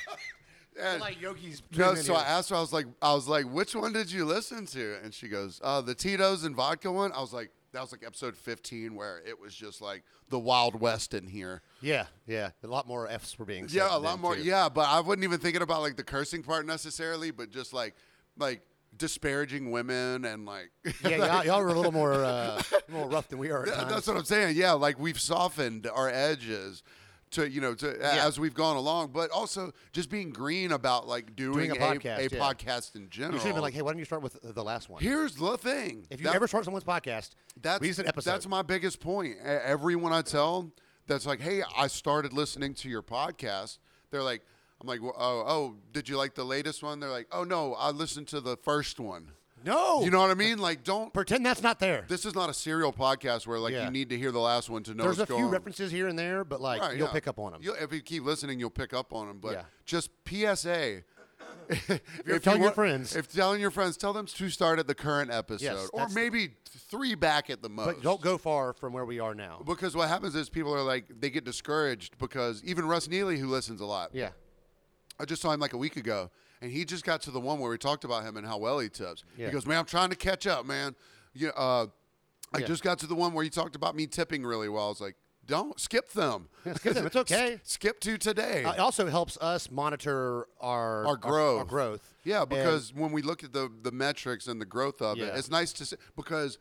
Speaker 3: And-
Speaker 2: like yogis.
Speaker 3: No, so I asked her. I was like, I was like, which one did you listen to? And she goes, uh, the Tito's and vodka one. I was like, that was like episode fifteen where it was just like the Wild West in here.
Speaker 2: yeah, yeah. A lot more Fs were being said.
Speaker 3: Yeah, a
Speaker 2: than
Speaker 3: lot more.
Speaker 2: too.
Speaker 3: Yeah, but I wasn't even thinking about like the cursing part necessarily, but just like like disparaging women and like. *laughs*
Speaker 2: Yeah, y'all, y'all were a little more, uh, a little rough than we are. At
Speaker 3: Yeah,
Speaker 2: times.
Speaker 3: That's what I'm saying. Yeah, like we've softened our edges to you know to as we've gone along, but also just being green about like doing,
Speaker 2: a podcast, yeah.
Speaker 3: podcast in general.
Speaker 2: you should have been like, hey, why don't you start with the last one?
Speaker 3: Here's the thing.
Speaker 2: If you ever start someone's podcast,
Speaker 3: that's
Speaker 2: recent episode.
Speaker 3: That's my biggest point. E- Everyone I tell that's like, hey, I started listening to your podcast. They're like, I'm like, well, oh, oh, did you like the latest one? They're like, oh no, I listened to the first one.
Speaker 2: no,
Speaker 3: You know what I mean? Like, don't.
Speaker 2: pretend that's not there.
Speaker 3: This is not a serial podcast where like
Speaker 2: Yeah.
Speaker 3: you need to hear the last one to know
Speaker 2: There's a
Speaker 3: what's going
Speaker 2: few
Speaker 3: on.
Speaker 2: references here and there, but like
Speaker 3: Right,
Speaker 2: you'll
Speaker 3: yeah.
Speaker 2: pick up on them.
Speaker 3: You'll- if you keep listening, you'll pick up on them. But
Speaker 2: Yeah.
Speaker 3: just PSA. *laughs* if you
Speaker 2: telling your
Speaker 3: want-
Speaker 2: friends.
Speaker 3: if telling your friends, tell them to start at the current episode, or
Speaker 2: that's the-
Speaker 3: maybe th- three back at the most.
Speaker 2: But don't go far from where we are now.
Speaker 3: because what happens is people are like they get discouraged because even Russ Neely, who listens a lot,
Speaker 2: Yeah.
Speaker 3: I just saw him like a week ago, and he just got to the one where we talked about him and how well he tips.
Speaker 2: Yeah.
Speaker 3: He goes, "Man, I'm trying to catch up, man. You, uh, I just got to the one where you talked about me tipping really well. I was like, don't
Speaker 2: *laughs*
Speaker 3: skip them.
Speaker 2: skip them. It's okay.
Speaker 3: S- skip to today.
Speaker 2: Uh, it also helps us monitor our
Speaker 3: our growth.
Speaker 2: Our, growth.
Speaker 3: Yeah,
Speaker 2: And-
Speaker 3: because when we look at the the metrics and the growth of
Speaker 2: Yeah.
Speaker 3: it, it's nice to see because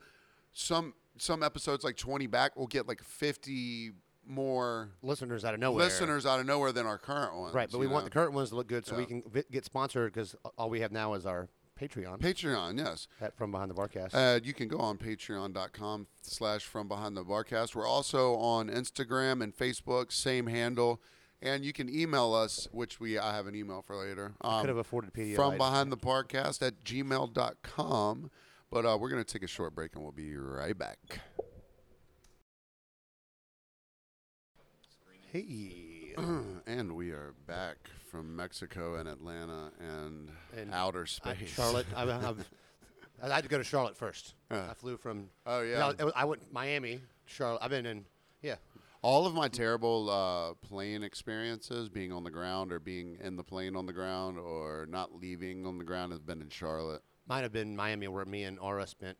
Speaker 3: some some episodes like 20 back will get like 50 more
Speaker 2: listeners out of nowhere.
Speaker 3: listeners out of nowhere than our current ones.
Speaker 2: Right, but we
Speaker 3: you
Speaker 2: want
Speaker 3: know?
Speaker 2: the current ones to look good so we
Speaker 3: Yeah.
Speaker 2: can vi- get sponsored because all we have now is our Patreon
Speaker 3: Patreon, yes.
Speaker 2: at from behind the barcast.
Speaker 3: Uh, you can go on patreon.com slash from behind the barcast. We're also on Instagram and Facebook, same handle. And you can email us, which we I have an email for later. Um,
Speaker 2: Could have afforded E Pedialyte.
Speaker 3: from behind the podcast at gmail.com. But uh, we're going to take a short break and we'll be right back.
Speaker 2: Hey.
Speaker 3: and we are back from Mexico and Atlanta and,
Speaker 2: And
Speaker 3: outer
Speaker 2: I-
Speaker 3: space.
Speaker 2: Charlotte. I, I've, I had to go to Charlotte
Speaker 3: *laughs*
Speaker 2: first.
Speaker 3: Uh.
Speaker 2: I flew from.
Speaker 3: *laughs* Oh, yeah.
Speaker 2: No, it was- I went Miami, Charlotte. I've been in. Yeah.
Speaker 3: All of my terrible uh, plane experiences, being on the ground or being in the plane on the ground or not leaving on the ground, has been in Charlotte.
Speaker 2: Might have been Miami where me and Aura spent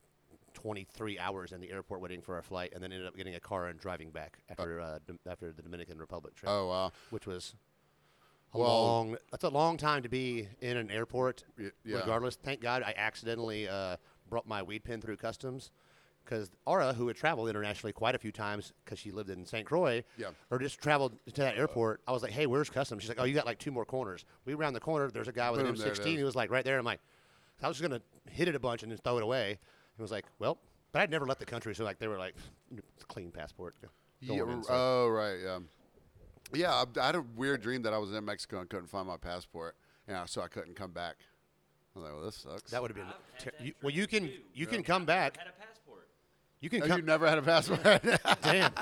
Speaker 2: 23 hours in the airport waiting for our flight and then ended up getting a car and driving back after uh, Dom- after the Dominican Republic trip,
Speaker 3: Oh, wow.
Speaker 2: which was a
Speaker 3: Well-
Speaker 2: long. That's a long time to be in an airport.
Speaker 3: Y- yeah.
Speaker 2: Regardless, thank God I accidentally uh, brought my weed pen through customs. Because Aura, who had traveled internationally quite a few times because she lived in St. Croix,
Speaker 3: Yeah.
Speaker 2: or just traveled to that airport, I was like, hey, where's customs? She's like, oh, you got like two more corners. We round the corner, there's a guy with
Speaker 3: Boom,
Speaker 2: an
Speaker 3: there it
Speaker 2: M16
Speaker 3: is.
Speaker 2: who was like right there. I'm like, I was just going to hit it a bunch and then throw it away. It was like, well, but I'd never left the country. So like, they were like, "It's a clean passport. Go
Speaker 3: Yeah,
Speaker 2: on in." So-
Speaker 3: oh, right. Yeah. Yeah, I, I had a weird dream that I was in Mexico and couldn't find my passport. Yeah, so I couldn't come back. I was like, well, this sucks.
Speaker 2: that would have been.
Speaker 1: I've had
Speaker 2: Ter-
Speaker 1: that
Speaker 2: you, well, you can
Speaker 1: dream too.
Speaker 2: you can come back.
Speaker 1: Had a passport.
Speaker 2: You can
Speaker 3: Oh,
Speaker 2: *laughs* come.
Speaker 3: you never had a passport.
Speaker 2: Damn.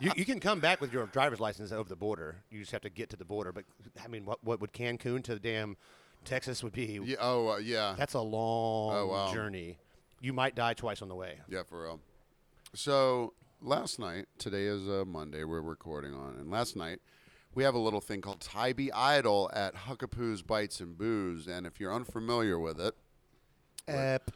Speaker 3: *laughs*
Speaker 2: you, you can come back with your driver's license over the border. You just have to get to the border. But I mean, what what would Cancun to damn Texas would be?
Speaker 3: yeah, *laughs* oh, uh, yeah.
Speaker 2: That's a long
Speaker 3: Oh, wow.
Speaker 2: journey. You might die twice on the way.
Speaker 3: Yeah, for real. So last night, today is a Monday we're recording on, and last night we have a little thing called Tybee Idol at Huckapoo's Bites and Booze, and if you're unfamiliar with it,
Speaker 2: Epic.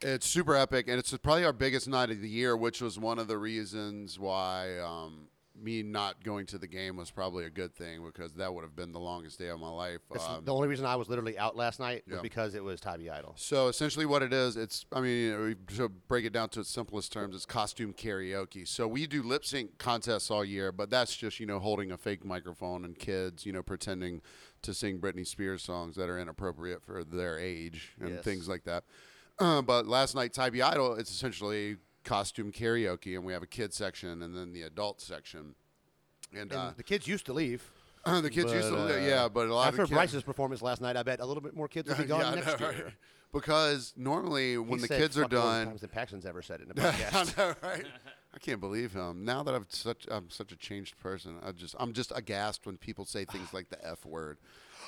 Speaker 3: it's super epic, and it's probably our biggest night of the year, which was one of the reasons why um, me not going to the game was probably a good thing because that would have been the longest day of my life.
Speaker 2: That's
Speaker 3: Um,
Speaker 2: the only reason I was literally out last night was
Speaker 3: Yeah.
Speaker 2: because it was Tybee Idol.
Speaker 3: So essentially, what it is, it's I mean, we- to break it down to its simplest terms, it's costume karaoke. So we do lip sync contests all year, but that's just you know holding a fake microphone and kids you know pretending to sing Britney Spears songs that are inappropriate for their age and
Speaker 2: Yes.
Speaker 3: things like that. Uh, but last night, Tybee Idol, it's essentially costume karaoke, and we have a kid section and then the adult section. And,
Speaker 2: And
Speaker 3: uh,
Speaker 2: the kids used to leave.
Speaker 3: *clears throat* the kids used to,
Speaker 2: but, uh,
Speaker 3: yeah, but a lot
Speaker 2: After
Speaker 3: of the kids,
Speaker 2: Bryce's performance last night, I bet a little bit more
Speaker 3: *laughs*
Speaker 2: kids will be
Speaker 3: Yeah,
Speaker 2: gone
Speaker 3: I
Speaker 2: next
Speaker 3: know,
Speaker 2: year.
Speaker 3: right? Because normally when
Speaker 2: He
Speaker 3: the
Speaker 2: said
Speaker 3: kids are
Speaker 2: fuck more
Speaker 3: done,
Speaker 2: times than Paxton's ever
Speaker 3: *laughs*
Speaker 2: said it in a podcast.
Speaker 3: I know, right? I can't believe him. Now that I'm such I'm such a changed person. I just I'm just aghast when people say things like the F word.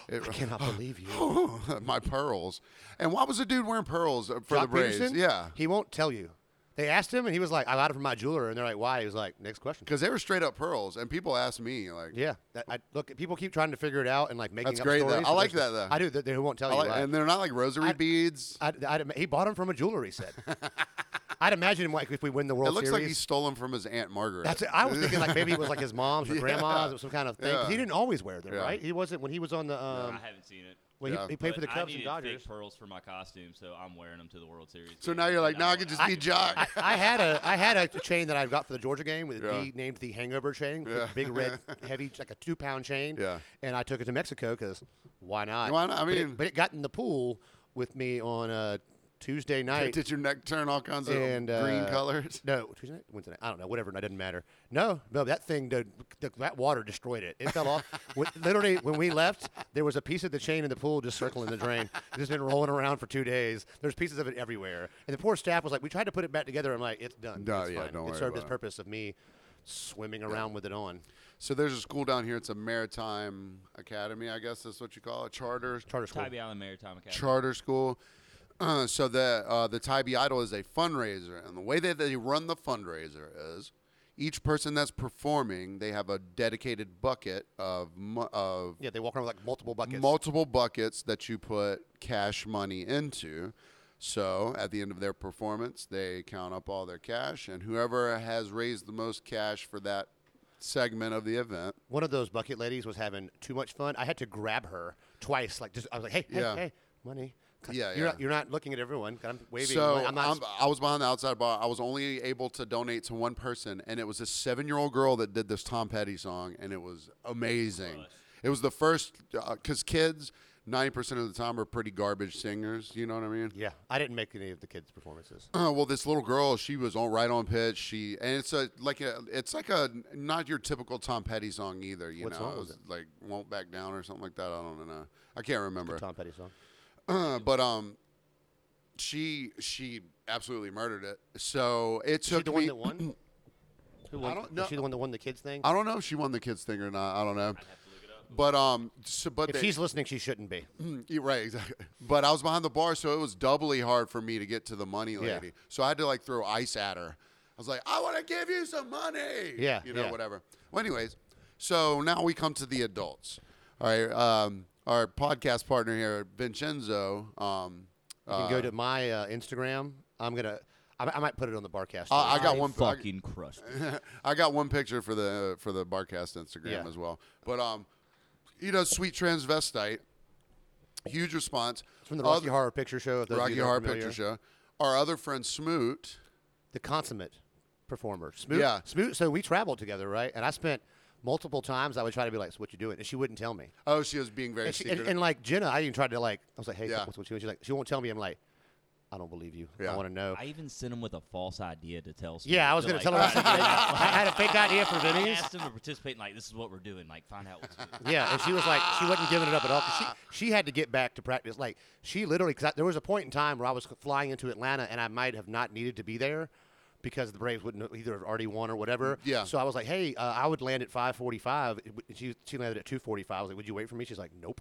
Speaker 3: It-
Speaker 2: I
Speaker 3: *gasps*
Speaker 2: cannot
Speaker 3: *laughs*
Speaker 2: believe you.
Speaker 3: my pearls. And why was the dude wearing pearls uh, for
Speaker 2: Jock
Speaker 3: the Braves?
Speaker 2: Peterson?
Speaker 3: Yeah.
Speaker 2: He won't tell you. They asked him, and he was like, I got it from my jeweler. And they're like, why? He was like, next question.
Speaker 3: Because they were straight up pearls, and people asked me like,
Speaker 2: Yeah. That, I, look, people keep trying to figure it out and like making
Speaker 3: That's
Speaker 2: up
Speaker 3: great, though.
Speaker 2: stories.
Speaker 3: I
Speaker 2: but
Speaker 3: like
Speaker 2: there's-
Speaker 3: that, though.
Speaker 2: I do. They, they won't tell
Speaker 3: I
Speaker 2: you
Speaker 3: like-
Speaker 2: why.
Speaker 3: and they're not like rosary beads.
Speaker 2: I'd, I'd, he bought them from a jewelry
Speaker 3: *laughs*
Speaker 2: set. I'd imagine him like if we win the World
Speaker 3: It looks
Speaker 2: Series.
Speaker 3: like he stole them from his aunt Margaret.
Speaker 2: that's it. I was thinking like maybe it was like his
Speaker 3: *laughs*
Speaker 2: mom's or grandma's or some kind of thing. 'Cause He
Speaker 3: Yeah.
Speaker 2: didn't always wear them,
Speaker 3: Yeah.
Speaker 2: right? He wasn't when he was on the. Um,
Speaker 1: I haven't seen it.
Speaker 2: when he-
Speaker 3: Yeah.
Speaker 2: he, played for
Speaker 1: But
Speaker 2: the
Speaker 1: I
Speaker 2: Cubs and
Speaker 1: needed
Speaker 2: Dodgers.
Speaker 1: Fake pearls for my costume, so I'm wearing them to the World Series.
Speaker 3: So
Speaker 1: game.
Speaker 3: now you're like,
Speaker 1: And I
Speaker 3: nah, I
Speaker 1: don't-
Speaker 3: could just be Jock.
Speaker 2: I, I had a I had a chain that I got for the Georgia game with
Speaker 3: Yeah.
Speaker 2: the, named the Hangover chain, with
Speaker 3: Yeah.
Speaker 2: a big
Speaker 3: *laughs*
Speaker 2: red heavy like a two pound chain.
Speaker 3: Yeah.
Speaker 2: And I took it to Mexico because why not?
Speaker 3: Why not? I
Speaker 2: But it-
Speaker 3: mean-
Speaker 2: but it, got in the pool with me on uh, Tuesday night.
Speaker 3: *laughs* Did your neck turn all kinds of
Speaker 2: and
Speaker 3: green
Speaker 2: uh,
Speaker 3: colors?
Speaker 2: No, Tuesday night, Wednesday night. I don't know. Whatever. It doesn't matter. No, no. That thing, dude, th- that water destroyed it. It fell off. *laughs* When- literally, when we left, there was a piece of the chain in the pool just circling the drain. It's just been rolling around for two days. There's pieces of it everywhere. And the poor staff was like, "We tried to put it back together." I'm like, "It's done.
Speaker 3: No,
Speaker 2: it's
Speaker 3: yeah,
Speaker 2: fine.
Speaker 3: don't
Speaker 2: it
Speaker 3: worry
Speaker 2: served
Speaker 3: about
Speaker 2: its
Speaker 3: it."
Speaker 2: purpose of me swimming around with it on
Speaker 3: So there's a school down here. It's a maritime academy, I guess that's what you call it, charter
Speaker 2: charter school.
Speaker 1: Tybee Island Maritime Academy.
Speaker 3: charter school. *clears throat* Uh, so the uh, the Tybee Idol is a fundraiser, and the way that they run the fundraiser is each person that's performing, they have a dedicated bucket of mo- of
Speaker 2: Yeah, they walk around with like multiple buckets.
Speaker 3: multiple buckets that you put cash money into. So at the end of their performance, they count up all their cash, and whoever has raised the most cash for that segment of the event,
Speaker 2: One of those bucket ladies was having too much fun. I had to grab her twice. Like just, I was like, hey, hey,
Speaker 3: Yeah.
Speaker 2: hey, money. C-
Speaker 3: Yeah,
Speaker 2: you're
Speaker 3: yeah.
Speaker 2: Not, you're not looking at everyone. I'm waving.
Speaker 3: So
Speaker 2: I'm not.
Speaker 3: I'm- i was behind the outside bar. I was only able to donate to one person, and it was this seven-year-old girl that did this Tom Petty song, and it was amazing. It was the first because kids, ninety percent of the time, are pretty garbage singers. You know what I mean?
Speaker 2: yeah, I didn't make any of the kids' performances.
Speaker 3: Uh, well, this little girl, she was on right on pitch. She and it's a like a it's like a not your typical Tom Petty song either. You
Speaker 2: What
Speaker 3: know,
Speaker 2: song
Speaker 3: It
Speaker 2: was
Speaker 3: was like won't back down or something like that. I don't know. I can't remember.
Speaker 2: Tom Petty song.
Speaker 3: but um, she she absolutely murdered it. So it
Speaker 2: She
Speaker 3: took
Speaker 2: the one
Speaker 3: me-
Speaker 2: that
Speaker 3: *clears throat*
Speaker 2: won. Who won?
Speaker 3: I don't
Speaker 2: was
Speaker 3: know.
Speaker 2: She the one that won the kids thing.
Speaker 3: I don't know if she won the kids thing or not. I don't know. But um, so, but
Speaker 2: if
Speaker 3: they,
Speaker 2: she's
Speaker 3: *clears throat*
Speaker 2: listening, she shouldn't be.
Speaker 3: You're right, exactly. But I was behind the bar, so it was doubly hard for me to get to the money
Speaker 2: Yeah.
Speaker 3: lady. So I had to like throw ice at her. I was like, I want to give you some money.
Speaker 2: Yeah,
Speaker 3: You know,
Speaker 2: yeah.
Speaker 3: whatever. Well, anyways, so now we come to the adults. All right. Um, our podcast partner here, Vincenzo. Um,
Speaker 2: You can
Speaker 3: uh,
Speaker 2: go to my uh, Instagram. I'm gonna. I, I might put it on the barcast.
Speaker 3: I- Uh, I
Speaker 2: story.
Speaker 3: got one- I-
Speaker 1: fucking crushed.
Speaker 3: *laughs*
Speaker 1: it.
Speaker 3: I got one picture for the uh, for the barcast Instagram
Speaker 2: Yeah.
Speaker 3: as well. But um, you know, sweet transvestite, huge response
Speaker 2: It's from the Rocky
Speaker 3: Other-
Speaker 2: Horror Picture Show. If those of
Speaker 3: Rocky
Speaker 2: you that are
Speaker 3: Horror
Speaker 2: familiar.
Speaker 3: Picture Show. Our other friend Smoot.
Speaker 2: the consummate performer. Smoot,
Speaker 3: Yeah.
Speaker 2: Smoot. So we traveled together, right? And I spent multiple times. I would try to be like, "So what you doing?" And she wouldn't tell me.
Speaker 3: Oh, she was being very
Speaker 2: And, she, and,
Speaker 3: secretive.
Speaker 2: and like Jenna, I even tried to like. I was like, "Hey,
Speaker 3: Yeah.
Speaker 2: what's what you doing?" She's like, "She won't tell me." I'm like, "I don't believe you.
Speaker 3: Yeah.
Speaker 2: I want to know."
Speaker 1: I even sent him with a false idea to tell. Steve.
Speaker 2: yeah, I was
Speaker 1: They're
Speaker 2: gonna
Speaker 1: like,
Speaker 2: tell her. I, said, "Hey, I had a fake idea for
Speaker 1: *laughs* I
Speaker 2: Vinny's.
Speaker 1: asked him to participate. And, like this is what we're doing. Like find out.
Speaker 3: *laughs*
Speaker 1: What's good.
Speaker 2: Yeah, and she was like, she wasn't giving it up at all. 'cause She she had to get back to practice. Like she literally, because there was a point in time where I was flying into Atlanta and I might have not needed to be there because the Braves wouldn't have either have already won or whatever.
Speaker 3: Yeah.
Speaker 2: So I was like, hey, uh, I would land at 5:45. It w- She she landed at 2:45. I was like, would you wait for me? She's like, nope.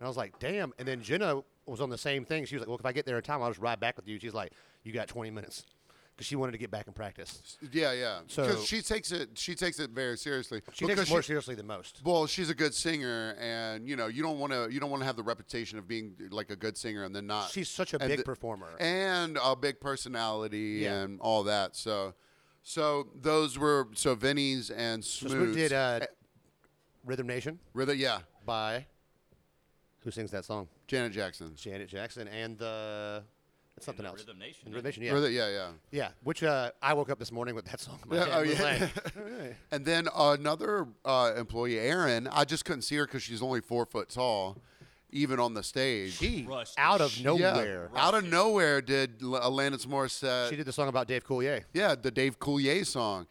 Speaker 2: And I was like, damn. And then Jenna was on the same thing. She was like, well, if I get there in time, I'll just ride back with you. She's like, you got 20 minutes because she wanted to get back in practice.
Speaker 3: yeah, yeah.
Speaker 2: So-
Speaker 3: Because she takes it, she takes it very seriously.
Speaker 2: She
Speaker 3: because
Speaker 2: takes it more seriously than most.
Speaker 3: well, she's a good singer, and you know, you don't want to, you don't want to have the reputation of being like a good singer and then not.
Speaker 2: She's such a
Speaker 3: and
Speaker 2: big
Speaker 3: the-
Speaker 2: performer.
Speaker 3: and a big personality
Speaker 2: Yeah.
Speaker 3: and all that. So, so those were so Vinny's and
Speaker 2: So
Speaker 3: Smoot.
Speaker 2: Smoot did uh, Rhythm Nation.
Speaker 3: Really, yeah,
Speaker 2: by who sings that song?
Speaker 3: Janet Jackson.
Speaker 2: Janet Jackson and the it's something
Speaker 1: the
Speaker 2: else.
Speaker 1: Rhythm Nation,
Speaker 2: And
Speaker 1: yeah.
Speaker 2: Rhythm Nation, yeah,
Speaker 3: Really, yeah, yeah.
Speaker 2: yeah. Which uh, I woke up this morning with that *laughs* song. In my
Speaker 3: Yeah,
Speaker 2: head.
Speaker 3: oh,
Speaker 2: It was
Speaker 3: *laughs* yeah.
Speaker 2: like, alright.
Speaker 3: And then another uh, employee, Erin. I just couldn't see her because she's only four foot tall, even on the stage.
Speaker 2: She
Speaker 1: Crushed it.
Speaker 2: out of
Speaker 1: Yeah.
Speaker 2: nowhere.
Speaker 3: Out of nowhere, did L- uh, Alanis Morissette?
Speaker 2: She did the song about Dave Coulier.
Speaker 3: yeah, the Dave Coulier song,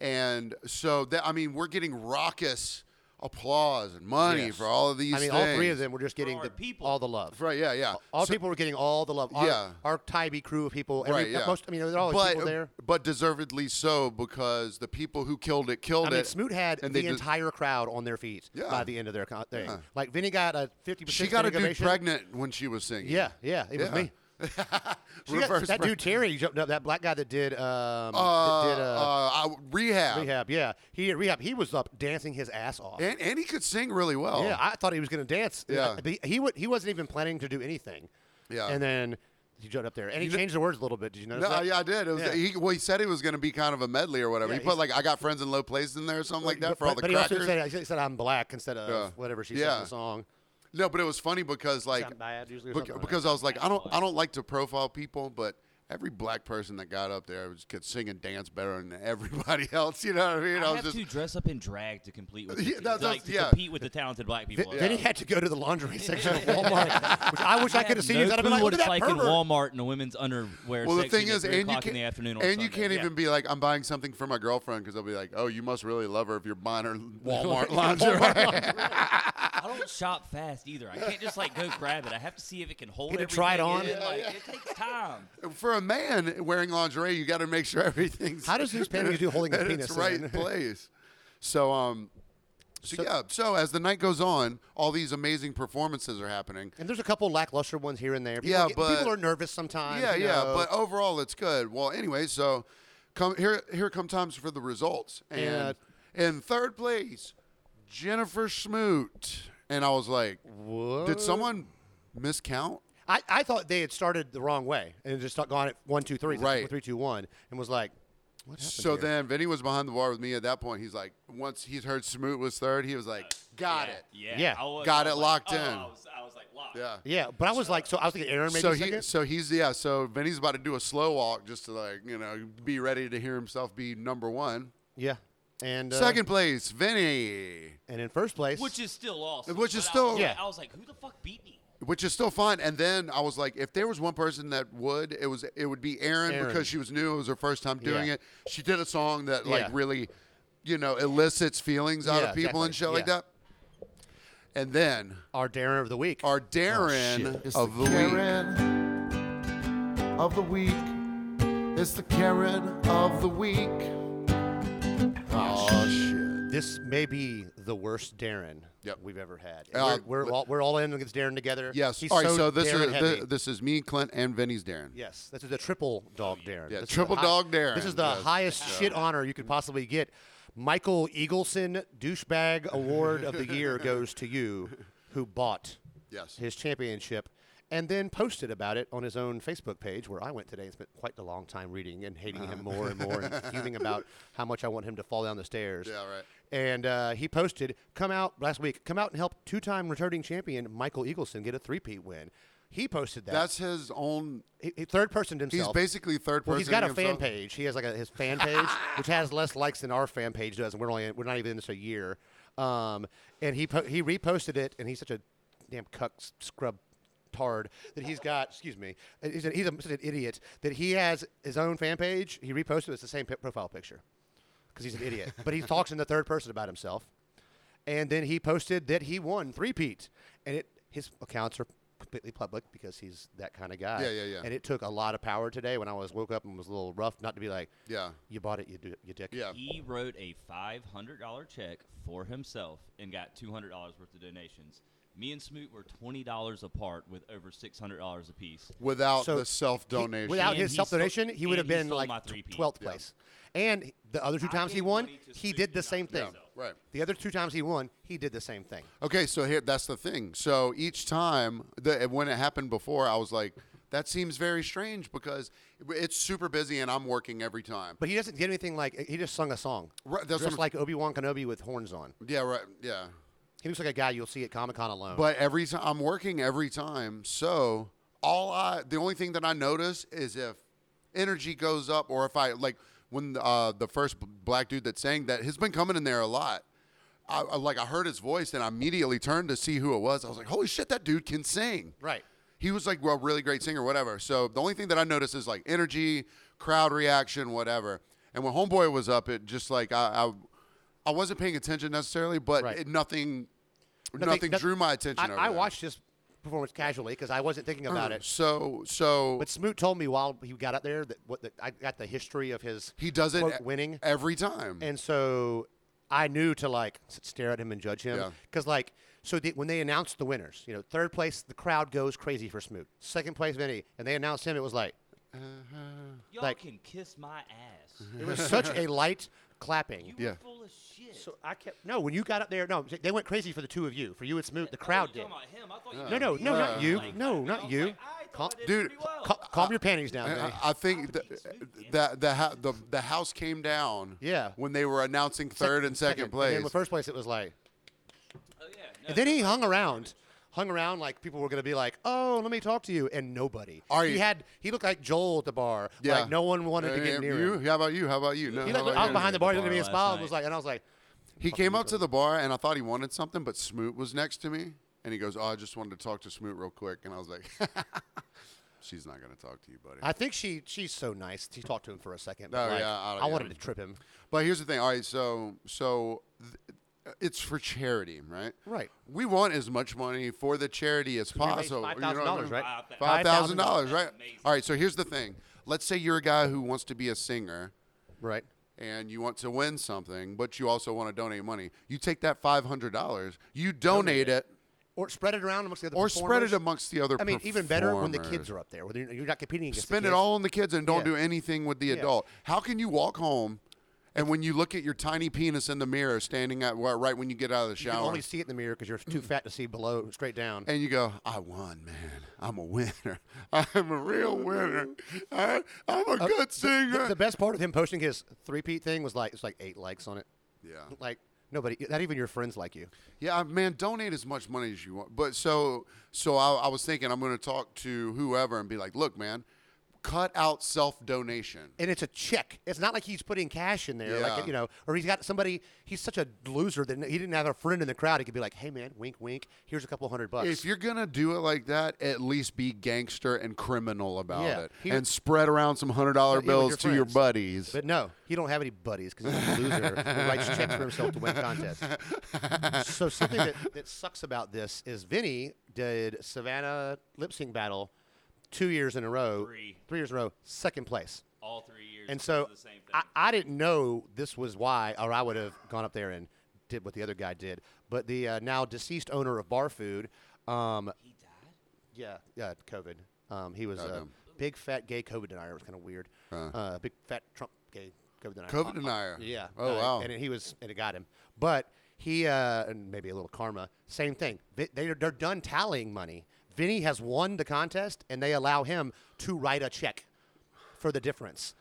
Speaker 3: and so that I mean, we're getting raucous applause and money
Speaker 2: Yes.
Speaker 3: for all of these.
Speaker 2: I mean, all three of
Speaker 3: things.
Speaker 2: them were just getting
Speaker 1: our
Speaker 2: the,
Speaker 1: people.
Speaker 2: all the love.
Speaker 3: Right? Yeah, yeah.
Speaker 2: All
Speaker 3: So-
Speaker 2: people were getting all the love. Our,
Speaker 3: Yeah.
Speaker 2: our Tybee crew of people. Every,
Speaker 3: right? Yeah.
Speaker 2: Most, I mean, there were all these
Speaker 3: but,
Speaker 2: people there.
Speaker 3: but deservedly so because the people who killed it killed
Speaker 2: I mean,
Speaker 3: it.
Speaker 2: Smoot had
Speaker 3: and
Speaker 2: the
Speaker 3: they des-
Speaker 2: entire crowd on their feet
Speaker 3: Yeah.
Speaker 2: by the end of their con- thing. Like Vinny got a fifty percent.
Speaker 3: she got a dude
Speaker 2: ovation.
Speaker 3: pregnant when she was singing.
Speaker 2: Yeah, yeah, it was
Speaker 3: Yeah.
Speaker 2: me. She got-
Speaker 3: Reverse
Speaker 2: that
Speaker 3: pre-
Speaker 2: dude Terry jumped up. That black guy that did um,
Speaker 3: Uh,
Speaker 2: that did uh,
Speaker 3: uh, I- rehab.
Speaker 2: rehab. Yeah, he did rehab. He was up dancing his ass off.
Speaker 3: And, and he could sing really well.
Speaker 2: Yeah, I thought he was gonna dance.
Speaker 3: Yeah.
Speaker 2: but he, he would. He wasn't even planning to do anything.
Speaker 3: Yeah.
Speaker 2: and then he jumped up there and he changed the words a little bit. Did you notice
Speaker 3: No,
Speaker 2: that?
Speaker 3: yeah, I did. It was,
Speaker 2: Yeah.
Speaker 3: he, well, he said it was going to be kind of a medley or whatever.
Speaker 2: Yeah,
Speaker 3: he put
Speaker 2: he's-
Speaker 3: like "I got friends in low places" in there or something like that
Speaker 2: but,
Speaker 3: for all the
Speaker 2: but he
Speaker 3: crackers.
Speaker 2: also said, he said I'm black instead of
Speaker 3: Yeah.
Speaker 2: whatever she said
Speaker 3: Yeah.
Speaker 2: in the song.
Speaker 3: no, but it was funny because like
Speaker 2: I'm bad usually or
Speaker 3: bec-
Speaker 2: something like
Speaker 3: because I was like, I don't, I don't like to profile people, but every black person that got up there was, could sing and dance better than everybody *laughs* else. You know what I mean?
Speaker 1: I
Speaker 3: was
Speaker 1: have to dress up in drag to complete with
Speaker 3: *laughs*
Speaker 1: the,
Speaker 3: Yeah,
Speaker 1: to,
Speaker 3: that's-
Speaker 1: like, to
Speaker 3: yeah.
Speaker 1: compete with the talented black people.
Speaker 2: Then
Speaker 3: *laughs*
Speaker 2: he had to go to the laundry section of Walmart, which I wish I could have seen.
Speaker 1: No
Speaker 2: you. I'd have been
Speaker 1: clue
Speaker 2: like,
Speaker 1: what
Speaker 2: look at
Speaker 1: it's
Speaker 2: that
Speaker 1: like in
Speaker 2: pervert.
Speaker 1: Walmart in a women's underwear
Speaker 3: Well, the
Speaker 1: section
Speaker 3: thing
Speaker 1: at
Speaker 3: is, and
Speaker 1: three
Speaker 3: you
Speaker 1: o'clock in
Speaker 3: can't,
Speaker 1: the afternoon on
Speaker 3: and you
Speaker 1: Sunday.
Speaker 3: can't
Speaker 1: Yeah.
Speaker 3: even be like, I'm buying something for my girlfriend because they'll be like, oh, you must really love her if you're buying
Speaker 1: *laughs*
Speaker 3: her Walmart lingerie. *laughs*
Speaker 1: I don't shop fast either. I can't just like go grab it. I have to see if it can hold.
Speaker 2: Get to try it
Speaker 1: everything
Speaker 2: on.
Speaker 1: in. Like, It takes time.
Speaker 3: for a man wearing lingerie, you got to make sure *laughs* everything's
Speaker 2: How does these panties do
Speaker 3: *laughs*
Speaker 2: holding a
Speaker 3: at
Speaker 2: penis?
Speaker 3: its right
Speaker 1: *laughs*
Speaker 2: in?
Speaker 3: place. So, um, so, yeah. So as the night goes on, all these amazing performances are happening.
Speaker 2: And there's a couple lackluster ones here and there. People
Speaker 3: Yeah,
Speaker 2: get-
Speaker 3: but-
Speaker 2: people are nervous sometimes.
Speaker 3: yeah,
Speaker 2: you
Speaker 3: yeah.
Speaker 2: know.
Speaker 3: But overall, it's good. Well, anyway, so come here. Here come times for the results, and in third place, Jennifer Smoot. And I was like,
Speaker 2: What?
Speaker 3: did someone miscount?
Speaker 2: I, I thought they had started the wrong way and just got- gone at one two three,
Speaker 3: Right.
Speaker 2: three two one, and was like, what happened?
Speaker 3: So
Speaker 2: here?
Speaker 3: then Vinny was behind the bar with me at that point. He's like, once he's heard Smoot was third, he was like, *laughs* got it.
Speaker 1: Yeah.
Speaker 2: Yeah.
Speaker 1: I was-
Speaker 3: Got
Speaker 1: I
Speaker 3: it
Speaker 1: was
Speaker 3: locked
Speaker 1: like,
Speaker 3: in.
Speaker 1: Oh, I, was, I was like locked.
Speaker 3: Yeah.
Speaker 2: yeah, but I was like, so I was thinking Aaron maybe
Speaker 3: So he,
Speaker 2: second.
Speaker 3: so he's yeah. So Vinny's about to do a slow walk just to like you know be ready to hear himself be number one.
Speaker 2: yeah, and uh,
Speaker 3: Second place, Vinny,
Speaker 2: and in first place,
Speaker 1: Which is still awesome.
Speaker 3: Which is
Speaker 1: But I
Speaker 3: still-
Speaker 1: was like-
Speaker 2: Yeah.
Speaker 1: I was like, who the fuck beat me?
Speaker 3: which is still fun. And then I was like, if there was one person that would, it was it would be Erin
Speaker 2: Erin.
Speaker 3: because she was new. It was her first time doing
Speaker 2: Yeah.
Speaker 3: it. She did a song that
Speaker 2: Yeah.
Speaker 3: like really, you know, elicits feelings out
Speaker 2: Yeah,
Speaker 3: of people and shit
Speaker 2: exactly.
Speaker 3: like
Speaker 2: Yeah.
Speaker 3: that. And then
Speaker 2: our Darren of the week.
Speaker 3: our Darren
Speaker 4: It's
Speaker 3: of the, week.
Speaker 4: Karen of the week. It's the Karen of the week.
Speaker 3: Oh shit!
Speaker 2: this may be the worst Darren
Speaker 3: Yep.
Speaker 2: we've ever had.
Speaker 3: Uh,
Speaker 2: we're we're all, we're all in against Darren together.
Speaker 3: Yes.
Speaker 2: He's
Speaker 3: All right.
Speaker 2: So,
Speaker 3: So, this
Speaker 2: Darren
Speaker 3: is
Speaker 2: heavy.
Speaker 3: thi- this is me, Clint, and Vinny's Darren.
Speaker 2: Yes, this is the triple dog Darren.
Speaker 3: Yeah,
Speaker 2: This is the
Speaker 3: triple dog Darren.
Speaker 2: This is the
Speaker 3: Yes.
Speaker 2: highest shit honor you could possibly get. Michael Eagleson douchebag award of the
Speaker 3: *laughs*
Speaker 2: year goes to you, who bought
Speaker 3: Yes.
Speaker 2: his championship and then posted about it on his own Facebook page, where I went today and spent quite a long time reading and hating him
Speaker 3: Uh-huh.
Speaker 2: more and more
Speaker 3: *laughs*
Speaker 2: and fuming about how much I want him to fall down the stairs.
Speaker 3: Yeah, right.
Speaker 2: And uh, he posted, "Come out last week. Come out and help two-time returning champion Michael Eagleson get a three-peat win." He posted that.
Speaker 3: That's his own.
Speaker 2: he, he third person
Speaker 3: He's
Speaker 2: himself.
Speaker 3: basically third person.
Speaker 2: Well, he's got a
Speaker 3: himself.
Speaker 2: fan page. He has like a, his
Speaker 3: *laughs*
Speaker 2: fan page, which has less likes than our fan page does, and we're only we're not even in this a year. Um, and he po- he reposted it, and he's such a damn cuck s- scrub tard that he's got. Excuse me, uh, he's, a, he's a, such an idiot that he has his own fan page. He reposted it. it's the same pi- profile picture because he's an idiot. but he talks in the third person about himself, and then he posted that he won three peat, and it his accounts are completely public because he's that kind of guy.
Speaker 3: Yeah, yeah, yeah.
Speaker 2: And it took a lot of power today when I was woke up and was a little rough not to be like,
Speaker 3: Yeah.
Speaker 2: you bought it, you do, you dick.
Speaker 3: Yeah.
Speaker 1: He wrote a five hundred dollar check for himself and got two hundred dollars worth of donations. Me and Smoot were twenty dollars apart with over six hundred dollars apiece.
Speaker 3: Without
Speaker 2: So
Speaker 3: the self donation.
Speaker 2: He, without
Speaker 1: And
Speaker 2: his
Speaker 1: he
Speaker 2: self donation,
Speaker 1: stole-
Speaker 2: he would have
Speaker 1: and he
Speaker 2: been
Speaker 1: stole
Speaker 2: like
Speaker 1: my three-peat.
Speaker 2: twelfth
Speaker 3: Yeah.
Speaker 2: place. And the other two
Speaker 1: I
Speaker 2: times he
Speaker 1: gave
Speaker 2: won,
Speaker 1: money to
Speaker 2: he
Speaker 1: Snoop
Speaker 2: did the
Speaker 1: Dogg
Speaker 2: same thing.
Speaker 1: himself.
Speaker 3: Right.
Speaker 2: The other two times he won, he did the same thing.
Speaker 3: Okay, so here that's the thing. So each time the when it happened before, I was like, that seems very strange because it's super busy and I'm working every time.
Speaker 2: But he doesn't get anything like he just sung a song,
Speaker 3: Right, that's what
Speaker 2: just
Speaker 3: I'm-
Speaker 2: like Obi Wan Kenobi with horns on.
Speaker 3: yeah, right. Yeah.
Speaker 2: He looks like a guy you'll see at Comic Con alone.
Speaker 3: But every time I'm working every time, so all I the only thing that I notice is if energy goes up or if I like when uh, the first b- black dude that sang that has been coming in there a lot. I, I- like I heard his voice and I immediately turned to see who it was. I was like, "Holy shit, that dude can sing!"
Speaker 2: Right.
Speaker 3: He was like, "Well, really great singer, whatever." So the only thing that I noticed is like energy, crowd reaction, whatever. And when Homeboy was up, it just like I I, I wasn't paying attention necessarily, but
Speaker 2: Right.
Speaker 3: it, nothing
Speaker 2: Nothing-
Speaker 3: nothing,
Speaker 2: no-
Speaker 3: drew my attention.
Speaker 2: I,
Speaker 3: over
Speaker 2: I
Speaker 3: there.
Speaker 2: watched this performance casually because I wasn't thinking about it.
Speaker 3: So so
Speaker 2: But Smoot told me while he got up there that what the, I got the history of his
Speaker 3: he does it
Speaker 2: quote,
Speaker 3: e-
Speaker 2: winning,
Speaker 3: every time.
Speaker 2: and so I knew to like s- stare at him and judge him
Speaker 3: Yeah.
Speaker 2: because like so the, when they announced the winners, you know, third place the crowd goes crazy for Smoot, second place Vinny, and they announced him. It was like
Speaker 1: Y'all
Speaker 2: Like- Mm-hmm.
Speaker 1: can kiss my ass.
Speaker 2: it was such a light clapping.
Speaker 1: You
Speaker 3: Yeah.
Speaker 1: were full of shit.
Speaker 2: So I kept no when you got up there. No, they went crazy for the two of you, for you and Smoot. The crowd did. No, no, no, not you. No, not you. Calm-
Speaker 3: Dude,
Speaker 2: Cal- calm your panties
Speaker 3: *laughs*
Speaker 2: down,
Speaker 3: And
Speaker 2: Vinny.
Speaker 3: I, I think th- that the, ha- the the house came down.
Speaker 2: Yeah.
Speaker 3: When they were announcing third and second,
Speaker 2: And
Speaker 3: place.
Speaker 2: then in the first place, it was like. And then he hung around, hung around like people were gonna be like, "Oh, let me talk to you," and nobody.
Speaker 3: Are
Speaker 2: he
Speaker 3: you-
Speaker 2: had he looked like Joel at the bar.
Speaker 3: yeah.
Speaker 2: Like no one wanted to
Speaker 3: Uh,
Speaker 2: get near
Speaker 3: you?
Speaker 2: him.
Speaker 3: How about you? How about you? No,
Speaker 2: He
Speaker 3: how
Speaker 2: like,
Speaker 3: about
Speaker 2: I was
Speaker 3: you?
Speaker 2: behind the bar. He
Speaker 1: the
Speaker 2: looked at me and
Speaker 1: bar
Speaker 2: smiled.
Speaker 1: last
Speaker 2: and Was like, and I was like,
Speaker 3: He came up to the bar and I thought he wanted something, but Smoot was next to me, and he goes, "Oh, I just wanted to talk to Smoot real quick," and I was like. *laughs* She's not gonna talk to you, buddy.
Speaker 2: "I think she she's so nice." She talked to him for a second.
Speaker 3: Oh,
Speaker 2: But like,
Speaker 3: yeah, I-
Speaker 2: I,
Speaker 3: yeah.
Speaker 2: wanted to trip him.
Speaker 3: But here's the thing. All right, so so th- it's for charity, right?
Speaker 2: Right.
Speaker 3: We want as much money for the charity as
Speaker 2: raised
Speaker 3: possible. you know what I
Speaker 2: $5,000,
Speaker 3: mean?
Speaker 2: right?
Speaker 3: Five thousand dollars, right?
Speaker 1: That's amazing.
Speaker 3: All right. So here's the thing. Let's say you're a guy who wants to be a singer,
Speaker 2: Right.
Speaker 3: and you want to win something, but you also want to donate money. You take that five hundred dollars, you donate, it,
Speaker 2: Or spread it around amongst the other.
Speaker 3: or spread it
Speaker 2: performers.
Speaker 3: amongst the other.
Speaker 2: I mean, even better when the
Speaker 3: performers.
Speaker 2: kids are up there. When you're, you're not competing against. the
Speaker 3: Spend it
Speaker 2: kids.
Speaker 3: all on the kids and don't
Speaker 2: Yeah.
Speaker 3: do anything with the adult. How can you walk home And when you look at your tiny penis in the mirror, standing at wh- right when you get out of the
Speaker 2: You can
Speaker 3: shower,
Speaker 2: only see it in the mirror because you're
Speaker 3: *clears throat*
Speaker 2: too fat to see below, straight down.
Speaker 3: and you go, "I won, man. I'm a winner. *laughs* I'm a real winner. I, I'm a good singer."
Speaker 2: Uh, The best part of him posting his three-peat thing was like it's like eight likes on it.
Speaker 3: Yeah.
Speaker 2: Like nobody, not even your friends like you.
Speaker 3: Yeah, man, donate as much money as you want. But so, so I, I was thinking I'm going to talk to whoever and be like, look, man, cut out self donation.
Speaker 2: And it's a check. It's not like he's putting cash in there,
Speaker 3: Yeah.
Speaker 2: like you know, or he's got somebody. He's such a loser that he didn't have a friend in the crowd. He could be like, "Hey, man, wink, wink. Here's a couple hundred bucks."
Speaker 3: If you're going to do it like that, at least be gangster and criminal about
Speaker 2: Yeah,
Speaker 3: it
Speaker 2: he-
Speaker 3: and spread around some $100
Speaker 2: Yeah, with
Speaker 3: bills
Speaker 2: your
Speaker 3: to your
Speaker 2: friends.
Speaker 3: buddies.
Speaker 2: But no, he don't have any buddies because he's a loser who writes checks for himself to win contests.
Speaker 3: *laughs*
Speaker 2: so something that, that sucks about this is Vinny did Savannah lip sync battle two years in a row,
Speaker 1: Three.
Speaker 2: years in a row, second place.
Speaker 1: All three years.
Speaker 2: And
Speaker 1: it
Speaker 2: so
Speaker 1: was the same thing.
Speaker 2: I, I didn't know this was why, or I would have gone up there and did what the other guy did. But the uh, now deceased owner of Bar Food, um,
Speaker 1: he died.
Speaker 2: yeah, yeah, COVID. Um, he was a big fat gay COVID denier. It was kind of weird. Uh, big fat Trump gay COVID denier.
Speaker 3: COVID
Speaker 2: Uh, uh,
Speaker 3: denier.
Speaker 2: Yeah.
Speaker 3: Oh,
Speaker 2: uh,
Speaker 3: wow.
Speaker 2: And it- he was, and it got him. But he, uh, and maybe a little karma. Same thing. Vi- They're they're done tallying money. Vinny has won the contest, and they allow him to write a check for the difference.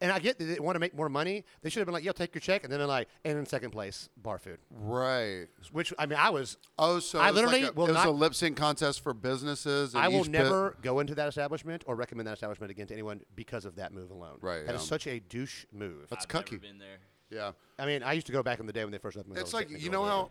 Speaker 2: And I get that they want to make more money. They should have been like, "Yo, take your check," and then they're like, "And in second place, bar food."
Speaker 3: right.
Speaker 2: Which I mean, I was.
Speaker 3: Oh, so
Speaker 2: I
Speaker 3: it was like
Speaker 2: literally
Speaker 3: a,
Speaker 2: will
Speaker 3: it was
Speaker 2: not-
Speaker 3: a lip sync contest for businesses. and
Speaker 2: I will
Speaker 3: each bit-
Speaker 2: never go into that establishment or recommend that establishment again to anyone because of that move alone.
Speaker 3: Right,
Speaker 2: That is
Speaker 3: yeah.
Speaker 2: such a douche move.
Speaker 3: That's
Speaker 1: I've never
Speaker 3: cucky.
Speaker 1: been there.
Speaker 3: Yeah.
Speaker 2: I mean, I used to go back in the day when they first opened.
Speaker 3: It's like you know how.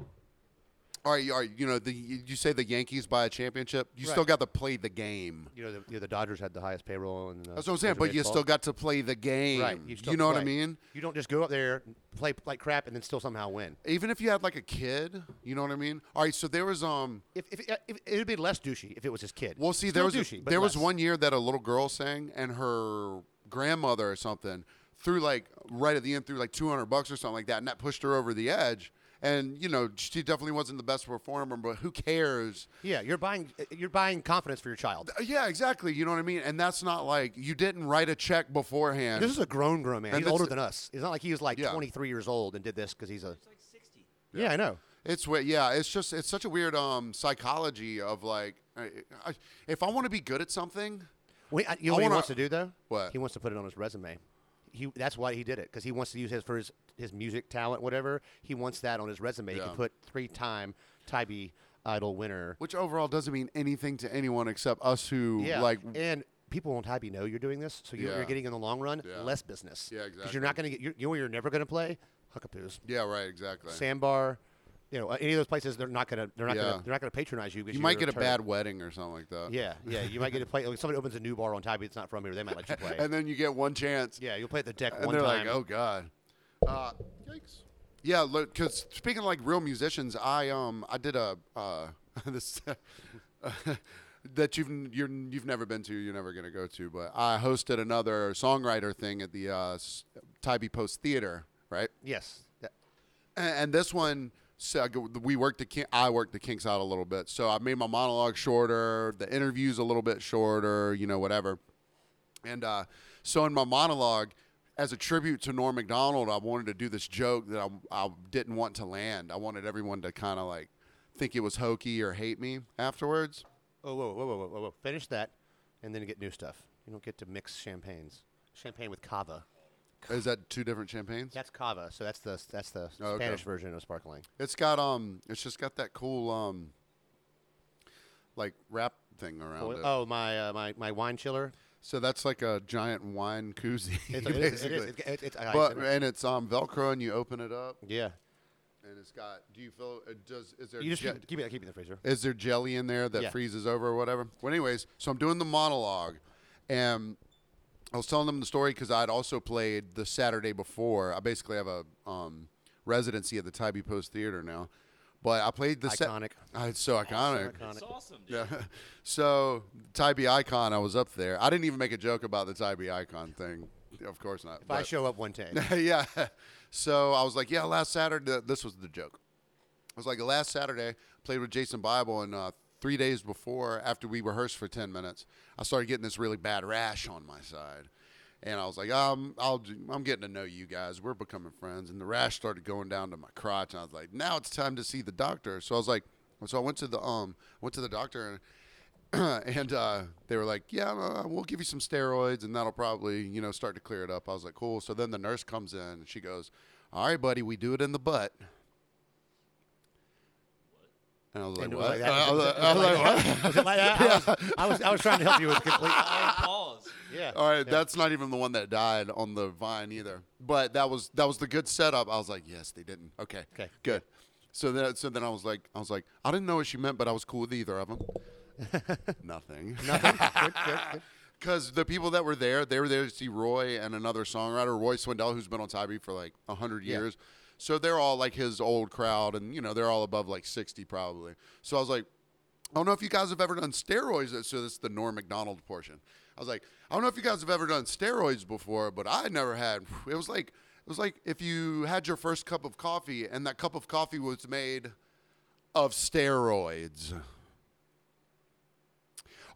Speaker 3: All right, all right, you know the you you say the Yankees buy a championship. You still
Speaker 2: Right.
Speaker 3: got to play the game.
Speaker 2: you know the, you know, the Dodgers had the highest payroll. And uh,
Speaker 3: That's what I'm saying. But you still got to play the game.
Speaker 2: right.
Speaker 3: You,
Speaker 2: still
Speaker 3: know what I
Speaker 2: play.
Speaker 3: mean?
Speaker 2: You don't just go up there play like crap and then still somehow win.
Speaker 3: Even if you had like a kid, you know what I mean? All right. So there was um.
Speaker 2: If, if, uh, if, it would be less douchey if it was his kid.
Speaker 3: Well, see,
Speaker 2: Still
Speaker 3: there was a-
Speaker 2: douchey, but
Speaker 3: there was
Speaker 2: less.
Speaker 3: one year that a little girl sang, and her grandmother or something threw like right at the end threw like 200 bucks or something like that, and that pushed her over the edge. And you know, she definitely wasn't the best performer, but who cares?
Speaker 2: Yeah, you're buying you're buying confidence for your child.
Speaker 3: Uh, Yeah, exactly. You know what I mean? And that's not like you didn't write a check beforehand.
Speaker 2: This is a grown grown man.
Speaker 3: And
Speaker 2: He's
Speaker 3: that's-
Speaker 2: older than us. It's not like he was like
Speaker 3: Yeah.
Speaker 2: 23 years old and did this because he's a.
Speaker 1: It's like 60.
Speaker 2: yeah, I know.
Speaker 3: It's weird. Yeah, it's just it's such a weird um psychology of like, I, I, if I want to be good at something,
Speaker 2: Wait, I- you know
Speaker 3: I
Speaker 2: what he
Speaker 3: wanna-
Speaker 2: wants to do though?
Speaker 3: What?
Speaker 2: He wants to put it on his resume. He that's why he did it because he wants to use his for his, his music talent, whatever. He wants that on his resume. He
Speaker 3: Yeah.
Speaker 2: can put three time Tybee Idol winner.
Speaker 3: which overall doesn't mean anything to anyone except us who
Speaker 2: Yeah,
Speaker 3: like.
Speaker 2: and people on Tybee know you're doing this, so you're,
Speaker 3: Yeah.
Speaker 2: you're getting in the long run
Speaker 3: Yeah.
Speaker 2: less business.
Speaker 3: Yeah,
Speaker 2: you're not gonna get you're, you know where you're never gonna play Huckapoos,
Speaker 3: yeah, right. Exactly.
Speaker 2: Sandbar. You know uh, any of those places they're not gonna they're not
Speaker 3: Yeah.
Speaker 2: gonna they're not gonna patronize you. 'cause
Speaker 3: you might
Speaker 2: you're
Speaker 3: get a
Speaker 2: turd.
Speaker 3: bad wedding or something like
Speaker 2: *laughs*
Speaker 3: that.
Speaker 2: Yeah, yeah. You might get to play. Like somebody opens a new bar on Tybee that's not from here, they might let you play.
Speaker 3: *laughs* And then you get one chance.
Speaker 2: yeah, you'll play at the deck
Speaker 3: And
Speaker 2: one
Speaker 3: they're
Speaker 2: time.
Speaker 3: like, oh god. Uh, yikes. Yeah, look, because speaking of like real musicians, I um I did a uh *laughs* this. That you've you're, you've never been to, you're never gonna go to. But I hosted another songwriter thing at the uh, S- Tybee Post Theater, right?
Speaker 2: Yes. That-
Speaker 3: and, and this one so I go- we worked the kin- I worked the kinks out a little bit. So I made my monologue shorter, the interviews a little bit shorter, you know, whatever. And uh, so in my monologue, as a tribute to Norm Macdonald, I wanted to do this joke that I, I didn't want to land. I wanted everyone to kind of like think it was hokey or hate me afterwards.
Speaker 2: Oh, whoa, whoa, whoa, whoa, whoa, whoa. Finish that, and then get new stuff. You don't get to mix champagnes. Champagne with cava.
Speaker 3: Is that two different champagnes?
Speaker 2: That's cava, so that's the that's the
Speaker 3: Oh, okay.
Speaker 2: Spanish version of sparkling.
Speaker 3: It's got um, it's just got that cool um, like wrap thing around
Speaker 2: Oil-
Speaker 3: it.
Speaker 2: Oh, my uh, my my wine chiller.
Speaker 3: So that's like a giant wine koozie, *laughs*
Speaker 2: It's, it
Speaker 3: basically.
Speaker 2: is- it is- it's- it's- it's- I-
Speaker 3: but
Speaker 2: it's-
Speaker 3: and it's um Velcro, and you open it up,
Speaker 2: yeah,
Speaker 3: and it's got. Do you feel? It does is there?
Speaker 2: you just
Speaker 3: je-
Speaker 2: keep, keep it keep it in the freezer.
Speaker 3: is there jelly in there that
Speaker 2: Yeah.
Speaker 3: freezes over or whatever? Well, anyways, so I'm doing the monologue, and I was telling them the story because I'd also played the Saturday before. I basically have a um, residency at the Tybee Post Theater now, but I played the
Speaker 2: Iconic.
Speaker 3: Sa- Ah, it's so iconic.
Speaker 1: It's awesome,
Speaker 2: *laughs*
Speaker 1: dude.
Speaker 3: Yeah. *laughs* so Tybee Icon, I was up there. I didn't even make a joke about the Tybee Icon thing. Of course not.
Speaker 2: If I show up one
Speaker 3: *laughs*
Speaker 2: day,
Speaker 3: but- yeah. So I was like, yeah, last Saturday, this was the joke. I was like, last Saturday, played with Jason Bible, and uh, three days before, after we rehearsed for 10 minutes, I started getting this really bad rash on my side. And I was like, um, I'll, do- I'm getting to know you guys. We're becoming friends. And the rash started going down to my crotch. And I was like, now it's time to see the doctor. So I was like, so I went to the um, went to the doctor and *clears throat* and uh, they were like, "Yeah, uh, we'll give you some steroids, and that'll probably, you know, start to clear it up." I was like, "Cool." So then the nurse comes in, and she goes, "All right, buddy, we do it in the butt." And I was like,
Speaker 2: And it was like
Speaker 3: "What?"
Speaker 2: that.
Speaker 3: I was like- I
Speaker 2: Was *laughs* it like that? Was
Speaker 3: was like, "What?" *laughs*
Speaker 2: it like that? I was- I was, I was trying to help you with complete.
Speaker 1: Oh, pause.
Speaker 2: Yeah.
Speaker 3: *laughs* All right, that's not even the one that died on the vine either. But that was that was the good setup. I was like, yes, they didn't. Okay,
Speaker 2: Okay.
Speaker 3: good. So then, so then I was like, I was like, I didn't know what she meant, but I was cool with either of them.
Speaker 2: *laughs*
Speaker 3: Nothing. *laughs* Because the people that were there, they were there to see Roy and another songwriter, Roy Swindell, who's been on Tybee for like hundred years. So they're all like his old crowd, and you know they're all above like sixty probably. So I was like, I don't know if you guys have ever done steroids. So this is the Norm McDonald portion. I was like, I don't know if you guys have ever done steroids before, but I never had. It was like it was like if you had your first cup of coffee, and that cup of coffee was made of steroids.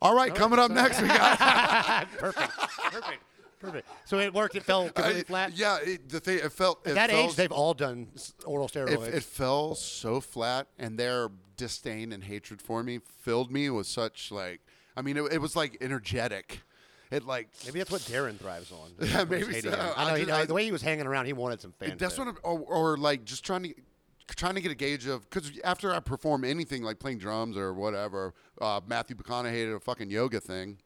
Speaker 3: All
Speaker 2: Oh,
Speaker 3: right, coming up next,
Speaker 2: *laughs*
Speaker 3: we got
Speaker 2: Perfect. Perfect. Perfect. So it worked. It fell completely
Speaker 3: I-
Speaker 2: flat.
Speaker 3: Yeah, it, the thing it felt it
Speaker 2: At that
Speaker 3: fell,
Speaker 2: age, they've all done s- oral
Speaker 3: it,
Speaker 2: steroids.
Speaker 3: it fell so flat, and their disdain and hatred for me filled me with such like I mean it, it was like energetic, it like
Speaker 2: maybe that's what Darren thrives
Speaker 3: *laughs*
Speaker 2: on.
Speaker 3: Yeah, maybe
Speaker 2: Hating
Speaker 3: so.
Speaker 2: him. I know.
Speaker 3: I
Speaker 2: he,
Speaker 3: just- I-
Speaker 2: the way he was hanging around, he wanted some fans.
Speaker 3: that's what I'm, or, or like just trying to trying to get a gauge of because after I perform anything like playing drums or whatever, uh, Matthew McConaughey did a fucking yoga thing.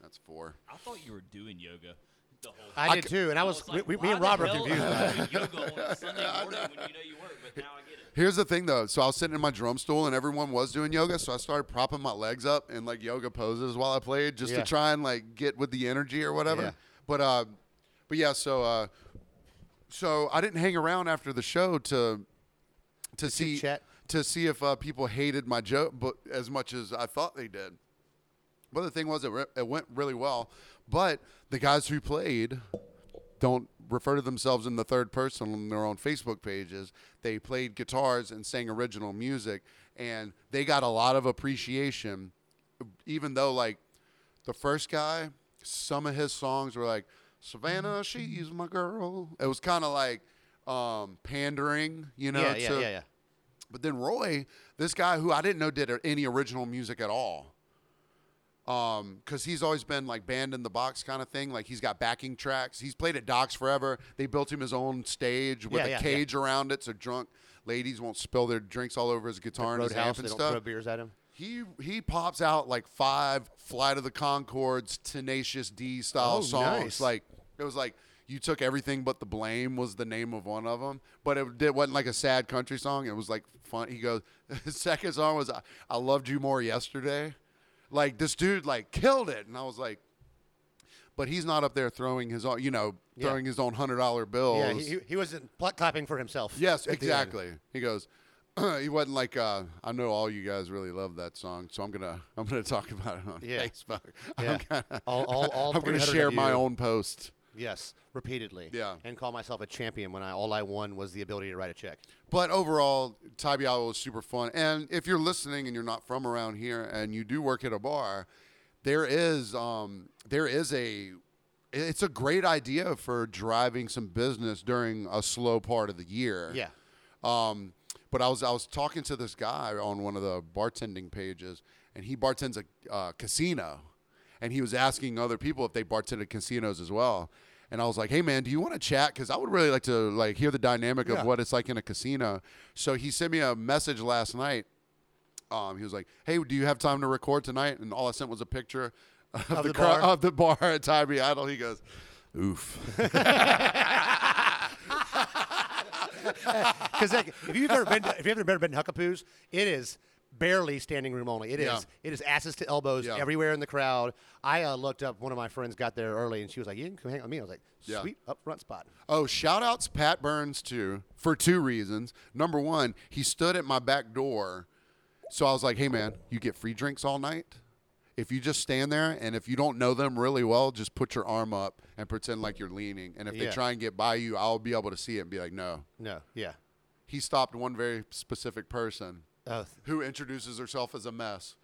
Speaker 3: That's four.
Speaker 1: I thought you were doing yoga. The whole time.
Speaker 2: I did too, and I was,
Speaker 1: like,
Speaker 2: we, we,
Speaker 1: why
Speaker 2: me and
Speaker 1: the
Speaker 2: Robert
Speaker 1: hell
Speaker 2: *laughs* confused.
Speaker 1: am
Speaker 2: about
Speaker 1: I
Speaker 2: it.
Speaker 1: doing yoga on a Sunday morning when you know you work, but now I get it.
Speaker 3: Here's the thing though. So I was sitting in my drum stool and everyone was doing yoga, so I started propping my legs up in like yoga poses while I played just
Speaker 2: Yeah.
Speaker 3: to try and like get with the energy or whatever.
Speaker 2: Yeah.
Speaker 3: But uh but yeah, so uh so I didn't hang around after the show to to see
Speaker 2: chat?
Speaker 3: to see if uh, people hated my joke but as much as I thought they did. But the thing was it, re- it went really well, but the guys who played don't refer to themselves in the third person on their own Facebook pages. They played guitars and sang original music, and they got a lot of appreciation, even though, like, the first guy, some of his songs were like, Savannah, she's my girl. It was kind of like um, pandering, you know,
Speaker 2: yeah, yeah,
Speaker 3: to,
Speaker 2: yeah, yeah.
Speaker 3: but then Roy, this guy who I didn't know did any original music at all, um, because he's always been like band in the box kind of thing. Like he's got backing tracks. He's played at Docs forever. They built him his own stage with
Speaker 2: Yeah,
Speaker 3: a
Speaker 2: yeah, yeah.
Speaker 3: cage around it, so drunk ladies won't spill their drinks all over his guitar and his amp
Speaker 2: Roadhouse, they
Speaker 3: and
Speaker 2: don't
Speaker 3: stuff.
Speaker 2: throw beers at him.
Speaker 3: He he pops out like five Flight of the Concords, Tenacious D style
Speaker 2: Oh,
Speaker 3: songs.
Speaker 2: nice.
Speaker 3: Like it was like you took everything but the blame was the name of one of them, but it, it wasn't like a sad country song. It was like fun. He goes, *laughs* his second song was I, I loved you more yesterday. Like this dude like killed it, and I was like, but he's not up there throwing his own, you know,
Speaker 2: Yeah.
Speaker 3: throwing his own hundred dollar bills.
Speaker 2: Yeah, he, he, he wasn't pl- clapping for himself.
Speaker 3: Yes,
Speaker 2: at the end.
Speaker 3: exactly. *laughs* He goes, *clears throat* he wasn't like, uh, I know all you guys really love that song, so I'm gonna *laughs* I'm gonna talk about it on
Speaker 2: Yeah.
Speaker 3: Facebook. *laughs*
Speaker 2: Yeah. *laughs* all, all, all
Speaker 3: I'm gonna
Speaker 2: 300 of
Speaker 3: share my
Speaker 2: you.
Speaker 3: own post.
Speaker 2: Yes, repeatedly.
Speaker 3: Yeah.
Speaker 2: And call myself a champion when I all I won was the ability to write a check.
Speaker 3: But overall, Tabiao was super fun. And if you're listening and you're not from around here and you do work at a bar, there is um, there is a it's a great idea for driving some business during a slow part of the year.
Speaker 2: Yeah.
Speaker 3: Um, but I was I was talking to this guy on one of the bartending pages, and he bartends a uh, casino, and he was asking other people if they bartended casinos as well. And I was like, "Hey man, do you want to chat? Because I would really like to like hear the dynamic
Speaker 2: Yeah.
Speaker 3: of what it's like in a casino." So he sent me a message last night. Um, he was like, "Hey, do you have time to record tonight?" And all I sent was a picture of, the,
Speaker 2: the
Speaker 3: car,
Speaker 2: bar?
Speaker 3: of the bar at Tybee Idol. He goes, "Oof."
Speaker 2: Because like, if you've ever been, to, if you've ever been to Huckapoos, it is barely standing room only. It is,
Speaker 3: Yeah.
Speaker 2: it is asses to elbows
Speaker 3: Yeah.
Speaker 2: everywhere in the crowd. I uh, looked up. One of my friends got there early, and she was like, "You can come hang out with me." I was like,
Speaker 3: Yeah.
Speaker 2: "Sweet up front spot."
Speaker 3: Oh, shout outs Pat Burns too for two reasons. Number one, he stood at my back door. So I was like, hey man, you get free drinks all night. If you just stand there and if you don't know them really well, just put your arm up and pretend like you're leaning. And if
Speaker 2: Yeah.
Speaker 3: they try and get by you, I'll be able to see it and be like, no.
Speaker 2: No, yeah.
Speaker 3: He stopped one very specific person
Speaker 2: Oh, th-
Speaker 3: who introduces herself as a mess.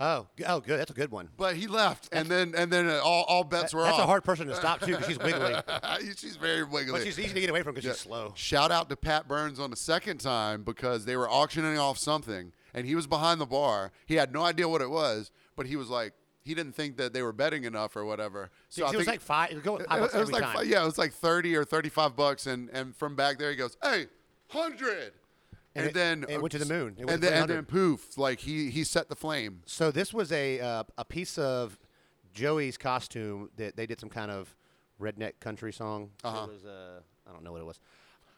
Speaker 2: Oh, g- oh, good. That's a good one.
Speaker 3: But he left, and then and then uh, all, all bets were
Speaker 2: That's a
Speaker 3: off.
Speaker 2: hard person to stop too because she's wiggly,
Speaker 3: *laughs* she's very wiggly.
Speaker 2: but she's easy to get away from because she's slow.
Speaker 3: Shout out to Pat Burns on the second time because they were auctioning off something and he was behind the bar. He had no idea what it was, but he was like, he didn't think that they were betting enough or whatever. So I
Speaker 2: it was
Speaker 3: think
Speaker 2: like five. It was, going five
Speaker 3: it-
Speaker 2: bucks
Speaker 3: it was
Speaker 2: every
Speaker 3: like
Speaker 2: time.
Speaker 3: fi- yeah, it was like thirty or thirty-five bucks, and and from back there he goes, hey, hundred,
Speaker 2: And
Speaker 3: and,
Speaker 2: it-
Speaker 3: then
Speaker 2: it went to the moon. It went
Speaker 3: and,
Speaker 2: to
Speaker 3: then,
Speaker 2: 300.
Speaker 3: and then poof, like he he set the flame.
Speaker 2: So this was a uh, a piece of Joey's costume that they did some kind of redneck country song.
Speaker 3: Uh-huh.
Speaker 2: It was uh, I don't know what it was.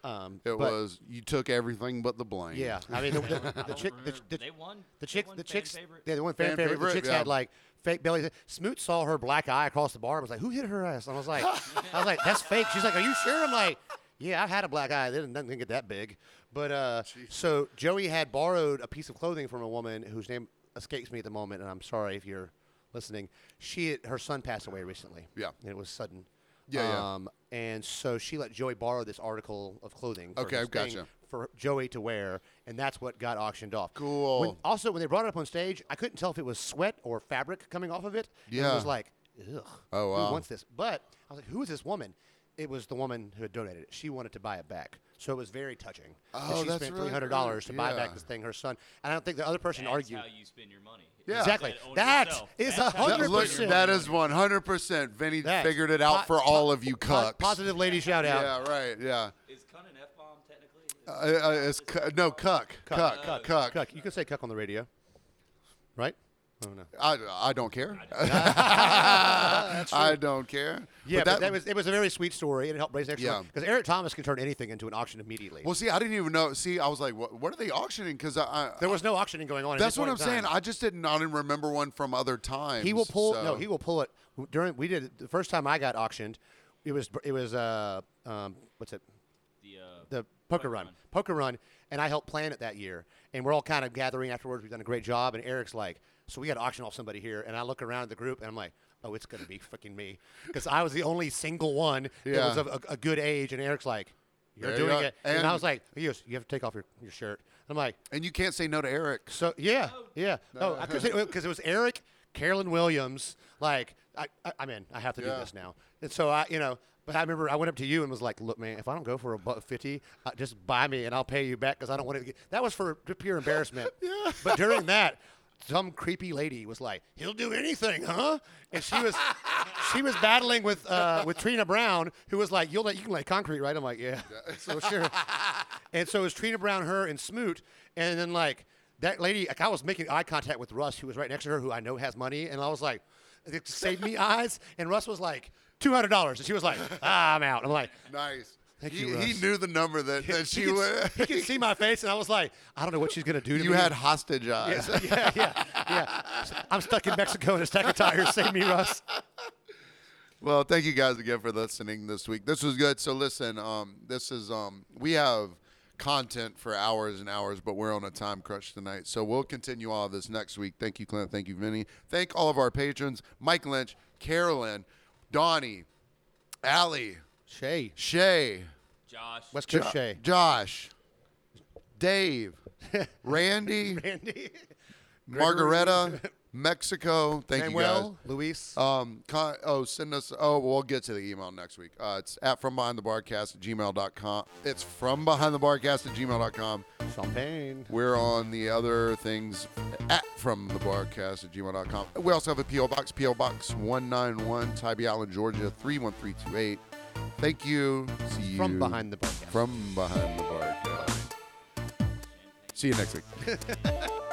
Speaker 2: Um,
Speaker 3: It
Speaker 2: but-
Speaker 3: was you took everything but the blame.
Speaker 2: yeah. I mean the, the, the
Speaker 3: *laughs*
Speaker 1: don't
Speaker 2: chick the,
Speaker 1: remember.
Speaker 2: the,
Speaker 1: They won.
Speaker 2: the
Speaker 1: They
Speaker 2: chicks
Speaker 1: won
Speaker 2: the
Speaker 1: fan
Speaker 2: chicks
Speaker 1: favorite.
Speaker 2: yeah they won fan,
Speaker 3: Fan
Speaker 2: favorite. The
Speaker 3: favorite,
Speaker 2: chicks
Speaker 3: yeah.
Speaker 2: had like fake bellies. Smoot saw her black eye across the bar and was like, "Who hit her ass?" And I was like, "I was like that's fake." She's like, "Are you sure?" I'm like. Yeah, I've had a black eye. It didn't, doesn't get that big, but uh, so Joey had borrowed a piece of clothing from a woman whose name escapes me at the moment, and I'm sorry if you're listening. She her son passed away recently.
Speaker 3: Yeah.
Speaker 2: and it was sudden.
Speaker 3: Yeah, yeah.
Speaker 2: Um, and so she let Joey borrow this article of clothing. for
Speaker 3: Okay,
Speaker 2: his thing
Speaker 3: gotcha.
Speaker 2: For Joey to wear, and that's what got auctioned off.
Speaker 3: Cool.
Speaker 2: When- also, when they brought it up on stage, I couldn't tell if it was sweat or fabric coming off of it. and it
Speaker 3: Yeah.
Speaker 2: was like, ugh.
Speaker 3: Oh, wow.
Speaker 2: Who wants this? But I was like, who is this woman? It was the woman who had donated it. She wanted to buy it back, so it was very touching. that
Speaker 3: Oh,
Speaker 2: she
Speaker 3: that's
Speaker 2: spent
Speaker 3: really
Speaker 2: three hundred dollars
Speaker 3: great.
Speaker 2: to buy
Speaker 3: Yeah.
Speaker 2: back this thing. Her son, and I don't think the other person
Speaker 1: That's
Speaker 2: argued.
Speaker 1: how you spend your money.
Speaker 3: Yeah.
Speaker 2: Exactly.
Speaker 1: That on
Speaker 2: That
Speaker 1: yourself.
Speaker 2: is a
Speaker 1: That's how you
Speaker 2: hundred
Speaker 1: spend your
Speaker 3: Look,
Speaker 2: percent.
Speaker 3: that is one hundred percent. Vinny
Speaker 2: That's
Speaker 3: figured it out
Speaker 2: po-
Speaker 3: for
Speaker 2: po-
Speaker 3: all of you
Speaker 2: po-
Speaker 3: cucks.
Speaker 2: Positive lady shout out.
Speaker 3: Yeah, right. Yeah.
Speaker 1: Is cunt an F bomb technically?
Speaker 3: Uh, uh, it's cu- no cuck, cuck, cuck, cuck.
Speaker 2: Cuck. You can say cuck on the radio, right? Oh, I don't know.
Speaker 3: I, I don't care. *laughs*
Speaker 2: *laughs*
Speaker 3: I don't care.
Speaker 2: Yeah, but that, was it was a very sweet story, and it helped raise extra
Speaker 3: Yeah.
Speaker 2: because Eric Thomas can turn anything into an auction immediately.
Speaker 3: Well, see, I didn't even know. See, I was like, what, what are they auctioning? Because I, I
Speaker 2: there was no auctioning going on. at
Speaker 3: that's
Speaker 2: this
Speaker 3: what I'm
Speaker 2: point in
Speaker 3: saying.
Speaker 2: time.
Speaker 3: I just didn't. I didn't remember one from other times.
Speaker 2: he will pull.
Speaker 3: so-
Speaker 2: No, he will pull it during. We did it- the first time I got auctioned. It was it was uh um what's it
Speaker 1: The, uh,
Speaker 2: the poker run. poker run, and I helped plan it that year. And we're all kind of gathering afterwards. We've done a great job, and Eric's like, "So we got to auction off somebody here." And I look around at the group, and I'm like, "Oh, it's gonna be fucking me," because I was the only single one that
Speaker 3: Yeah.
Speaker 2: was of a, a good age. And Eric's like, "You're
Speaker 3: There you
Speaker 2: doing
Speaker 3: are.
Speaker 2: it," and, I
Speaker 3: And-
Speaker 2: was like, "You you have to take off your your shirt." I'm like,
Speaker 3: And you can't say no to Eric.
Speaker 2: so yeah, yeah. No, I could say because it was Eric, Carolyn Williams. Like I, I, I'm in. I have to do
Speaker 3: Yeah.
Speaker 2: this now. And so I, you know, but I remember I went up to you and was like, "Look, man, if I don't go for a buck fifty, uh, just buy me and I'll pay you back because I don't want to." Get, that was for pure embarrassment. *laughs* yeah. But during that. Some creepy lady was like, "He'll do anything, huh?" And she *laughs* was, she was battling with uh, with Trina Brown, who was like, "You'll let you can lay concrete, right?" I'm like, "Yeah." *laughs* So sure. And so it was Trina Brown, her, and Smoot. And then, like, that lady, like, I was making eye contact with Russ, who was right next to her, who I know has money. And I was like, it saved me eyes. And Russ was like, $200. And she was like, ah, I'm out. I'm like,
Speaker 3: Nice.
Speaker 2: Thank
Speaker 3: he,
Speaker 2: you,
Speaker 3: he
Speaker 2: Russ.
Speaker 3: knew the number that,
Speaker 2: *laughs*
Speaker 3: that
Speaker 2: he
Speaker 3: she
Speaker 2: can,
Speaker 3: would.
Speaker 2: he can see my face. And I was like, I don't know what she's going to do to
Speaker 3: *laughs* You
Speaker 2: me.
Speaker 3: had hostage eyes.
Speaker 2: yeah, *laughs* yeah, yeah, yeah. I'm stuck in Mexico in a stack of tires. Save me, Russ.
Speaker 3: Well, thank you guys again for listening this week. This was good. So listen, um, this is um, we have content for hours and hours, but we're on a time crunch tonight. So we'll continue all of this next week. Thank you, Clint. Thank you, Vinny. Thank all of our patrons: Mike Lynch, Carolyn, Donnie, Allie,
Speaker 2: Shay.
Speaker 3: Shay,
Speaker 1: Josh.
Speaker 2: West Coast Shay.
Speaker 3: Josh,
Speaker 2: *laughs*
Speaker 3: Dave, Randy,
Speaker 2: Randy.
Speaker 3: Margareta, Mexico. Thank you guys.
Speaker 2: Manuel. Luis.
Speaker 3: Um, con- oh, send us. Oh, we'll get to the email next week. Uh, it's at from behind the barcast at gmail.com. It's from behind the barcast at gmail.com.
Speaker 2: Oh, Champagne.
Speaker 3: We're on the other things at from the barcast at gmail.com. We also have a P.O. Box, P.O. Box 191, Tybee Island, Georgia 31328. Thank you. See you
Speaker 2: From behind the barcast.
Speaker 3: From behind the barcast. See you next week.